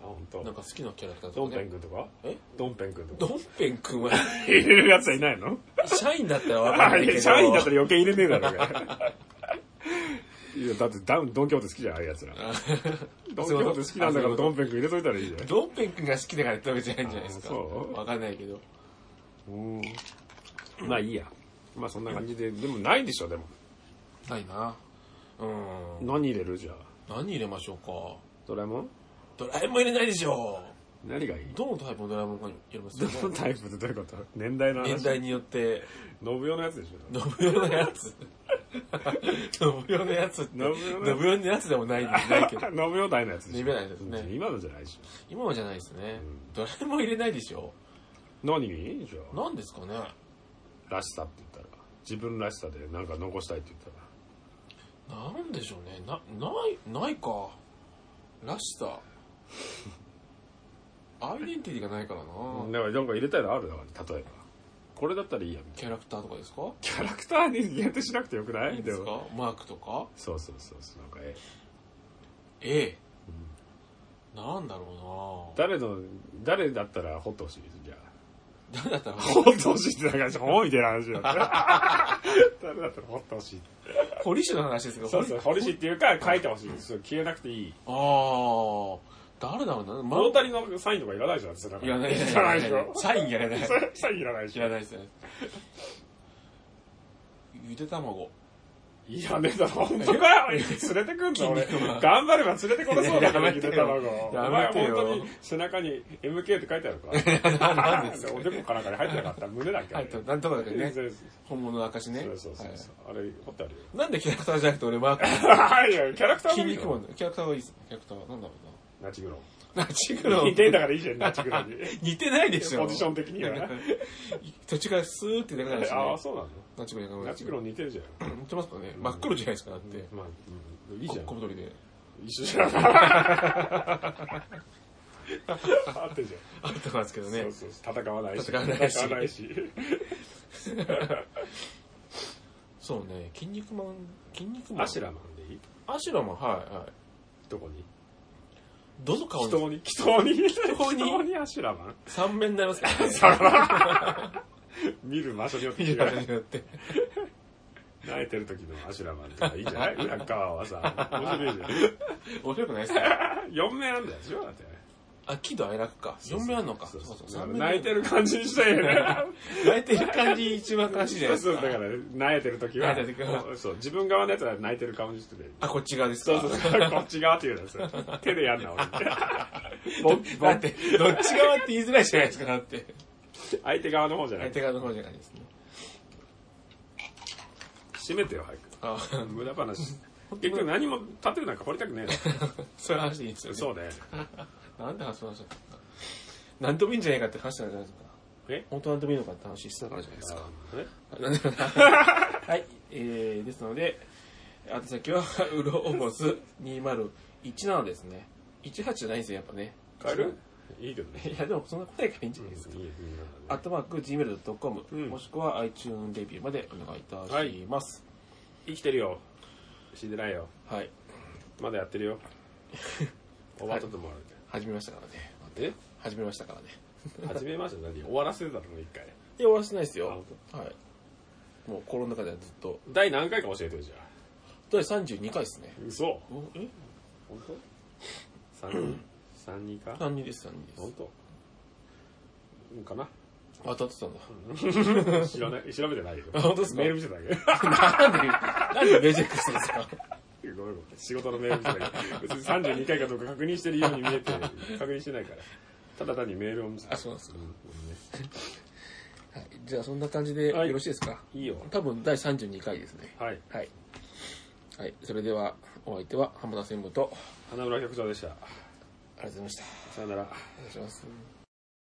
Speaker 2: あ、ほんと
Speaker 1: なん。か好きなキャラクター
Speaker 2: ド
Speaker 1: と
Speaker 2: ン
Speaker 1: か
Speaker 2: ペン
Speaker 1: ね。
Speaker 2: 君とか
Speaker 1: え
Speaker 2: ドンペン君と
Speaker 1: ド
Speaker 2: か。
Speaker 1: ンペンくんは、
Speaker 2: 入れるやつはいないの
Speaker 1: 社員だったらわかん
Speaker 2: あ
Speaker 1: ない
Speaker 2: い
Speaker 1: けど。
Speaker 2: や 社員だったら余計入れねえだろうがいやだってダウンドンキホーテ好きじゃんああいうやつらドンキホーテ好きなんだからドンペン君入れといたらいいじゃん
Speaker 1: ドンペン君が好きだからってわけじゃないんじゃないです
Speaker 2: あ
Speaker 1: か。
Speaker 2: そう
Speaker 1: わかんないけど。
Speaker 2: まあいいやまあそんな感じででもないでしょでも
Speaker 1: ないな。うん。
Speaker 2: 何入れるじゃあ
Speaker 1: 何入れましょうか。
Speaker 2: ドラえもん
Speaker 1: ドラえもん入れないでしょ。
Speaker 2: 何がいい
Speaker 1: どのタイプのドラえもんかによりますよね
Speaker 2: どのタイプってどういうこと年代の話
Speaker 1: 年代によって、
Speaker 2: 信代のやつでしょ
Speaker 1: 信代のやつ。信代のやつって、
Speaker 2: 代の
Speaker 1: 信代のやつでも ないんですないけど。
Speaker 2: 信代代のやつでし
Speaker 1: 信
Speaker 2: ょ
Speaker 1: 代のやつですね
Speaker 2: 今のじゃないでし
Speaker 1: 今はじゃないですね。ドラえもん入れないでしょ。
Speaker 2: ょ何にいいじゃあ
Speaker 1: 何ですかね。
Speaker 2: らしさって言ったら自分らしさでなんか残したいって言ったら
Speaker 1: なんでしょうね。な、ない、ないか。らし さ。アイデンティティがないからな。
Speaker 2: だからなんか入れたいのあるだから例えばこれだったらいいやみたいな
Speaker 1: キャラクターとかですか
Speaker 2: キャラクターに限定しなくてよくない
Speaker 1: いいです
Speaker 2: も
Speaker 1: かマークとか
Speaker 2: そうそうそうそうなんかえ
Speaker 1: ?A。なんだろ
Speaker 2: 誰の、誰だったら掘ってほしいです、じゃあ。
Speaker 1: うな誰だったら
Speaker 2: 掘ってほしいって、なんか、本みたいな話だった。 誰だったら掘ってほしい。
Speaker 1: 堀市の話ですか
Speaker 2: そうそう、掘りしっていうか、書いてほしいです。消えなくていい。
Speaker 1: ああ、誰だろうな、ま
Speaker 2: 物足りのサインとかいらないじゃん、背中
Speaker 1: いらない、い
Speaker 2: いら
Speaker 1: ら
Speaker 2: な
Speaker 1: ないい
Speaker 2: でしょ。
Speaker 1: サインいらない。
Speaker 2: サインいらないで
Speaker 1: い
Speaker 2: しょ
Speaker 1: ら。ないですね。ゆで卵。
Speaker 2: いやねえだ ろ、本当かよ連れてくんだ俺。
Speaker 1: 筋肉マン
Speaker 2: 頑張れば連れてこなそうだか
Speaker 1: や
Speaker 2: ら、
Speaker 1: め
Speaker 2: ゆ
Speaker 1: て
Speaker 2: で
Speaker 1: よ
Speaker 2: 卵。お
Speaker 1: や
Speaker 2: 前
Speaker 1: めてよ
Speaker 2: 本当に背中に MK って書いてある か
Speaker 1: なんですか
Speaker 2: おでこかなんかに入ってなかった。胸だっけ
Speaker 1: はい、と、なんとかだけどね。
Speaker 2: そう
Speaker 1: 本物の証ね。
Speaker 2: そうそうそうそう。あれ、掘ってあ るよ。
Speaker 1: はいなんでキャラクターじゃなくて俺マーク。
Speaker 2: はいや、キャラクター
Speaker 1: 筋
Speaker 2: もいい
Speaker 1: 肉マン
Speaker 2: よ。
Speaker 1: の。キャラクターはいいです。キャラクター、なんだろ
Speaker 2: ナチグロ。
Speaker 1: う な。ナチグロ。
Speaker 2: 似てんだからいいじゃん、ナチグロに。
Speaker 1: 似てないでしょ。
Speaker 2: ポジション的にはね。
Speaker 1: 途中からスーって出ながらですね。
Speaker 2: ああ、そうなんだ。
Speaker 1: ナチグロ
Speaker 2: ナチグロ
Speaker 1: に。
Speaker 2: 似てるじゃん。
Speaker 1: 似てますかね。真っ黒じゃないですか、だって。
Speaker 2: まあ、うんいいじゃん
Speaker 1: こ。小太りで。
Speaker 2: 一緒じ ゃん。 合ってるじゃん。
Speaker 1: あったんですけどね
Speaker 2: そう。そうそう戦わないし
Speaker 1: 戦わないし
Speaker 2: 戦わないし
Speaker 1: そうね、筋肉マン、筋肉マン。
Speaker 2: アシュラマンでいい
Speaker 1: アシュラマン、はい、はい。
Speaker 2: どこに
Speaker 1: どの顔
Speaker 2: 祈
Speaker 1: に
Speaker 2: 祷に祈祷に
Speaker 1: 祷に
Speaker 2: 祈祷にアシュラマン
Speaker 1: 三面になりますからね。
Speaker 2: 見る場所によって
Speaker 1: 見
Speaker 2: 違
Speaker 1: る
Speaker 2: う
Speaker 1: 方によって。
Speaker 2: 泣いてる時のアシュラマンとかいいんじゃない裏側はさ面白いじ
Speaker 1: 面白くないですか
Speaker 2: ゃん4名なんだよでしょだって
Speaker 1: あ、喜怒哀楽か。四面あるのか。そうそう
Speaker 2: だから
Speaker 1: 三面
Speaker 2: 泣いてる感じにしたいよね
Speaker 1: 泣いてる感じ一番悲しいじゃないで
Speaker 2: そう
Speaker 1: す
Speaker 2: だか
Speaker 1: か。
Speaker 2: ら泣いてる時は
Speaker 1: 泣いてる時は
Speaker 2: そう自分側のやつは泣いてる顔にしてて
Speaker 1: あ、こっち側です
Speaker 2: そう
Speaker 1: か
Speaker 2: そう。そうこっち側って言うんですよ 手でやんな俺僕
Speaker 1: だって、どっち側って言いづらいじゃないですか、だって。
Speaker 2: 相手側の方じゃない
Speaker 1: 相手側の方じゃないですね。
Speaker 2: 閉めてよ早く
Speaker 1: あ、
Speaker 2: 無駄話。結局何もタトゥーなんか掘りたくね
Speaker 1: そういう話でいいんです
Speaker 2: えな。
Speaker 1: よね。
Speaker 2: そ うね。
Speaker 1: なんで話しましょうなんともいいんじゃないかって話したんじゃないですか。
Speaker 2: え
Speaker 1: 本当なんともいいのかって話してたからじゃないですか。
Speaker 2: え
Speaker 1: はい、えー、ですので、宛先は、うろおぼす2017ですね。18じゃないんですよ、やっぱね。
Speaker 2: 変えるいいけどね。
Speaker 1: いや、でもそんな答えがいいんじゃないですか。アットマーク Gmail.com、
Speaker 2: うん
Speaker 1: もしくは iTune レビューまでお願いいたします。
Speaker 2: 生きてるよ。死んでないよ。
Speaker 1: はい。
Speaker 2: まだやって るよ。終わったともあるけ
Speaker 1: 始めましたからね。
Speaker 2: ど。
Speaker 1: 始めましたからね。
Speaker 2: え始めました何終わらせてたの一回。
Speaker 1: いや、終わらせてないです
Speaker 2: あ
Speaker 1: よ
Speaker 2: 本。
Speaker 1: はい。もう心の中ではずっと。
Speaker 2: 第何回か教えてよじゃあ。
Speaker 1: 第32回ですね。
Speaker 2: 嘘
Speaker 1: おえ
Speaker 2: 本当三 人三人か
Speaker 1: ?32 です、32で
Speaker 2: 本
Speaker 1: す。
Speaker 2: 当うんかな
Speaker 1: 当たってたんだ。
Speaker 2: 知らない、調べてないよ。
Speaker 1: あ本当ですか
Speaker 2: メール見てただ け。
Speaker 1: なんで、なんでメジェックするんですか
Speaker 2: ごめんごめん仕事のメールみたいな別に32回かどうか確認してるように見えて確認してないからただ単にメールを見せ た
Speaker 1: あそうなんですか
Speaker 2: んごめんね
Speaker 1: はい、じゃあそんな感じで
Speaker 2: はい
Speaker 1: よろしいですか、
Speaker 2: いいよ
Speaker 1: 多分第32回ですね。
Speaker 2: はい
Speaker 1: はい。はい、それではお相手は浜田専務と、
Speaker 2: 花村局長でした
Speaker 1: ありがとうございました。
Speaker 2: さよなら
Speaker 1: お願いします。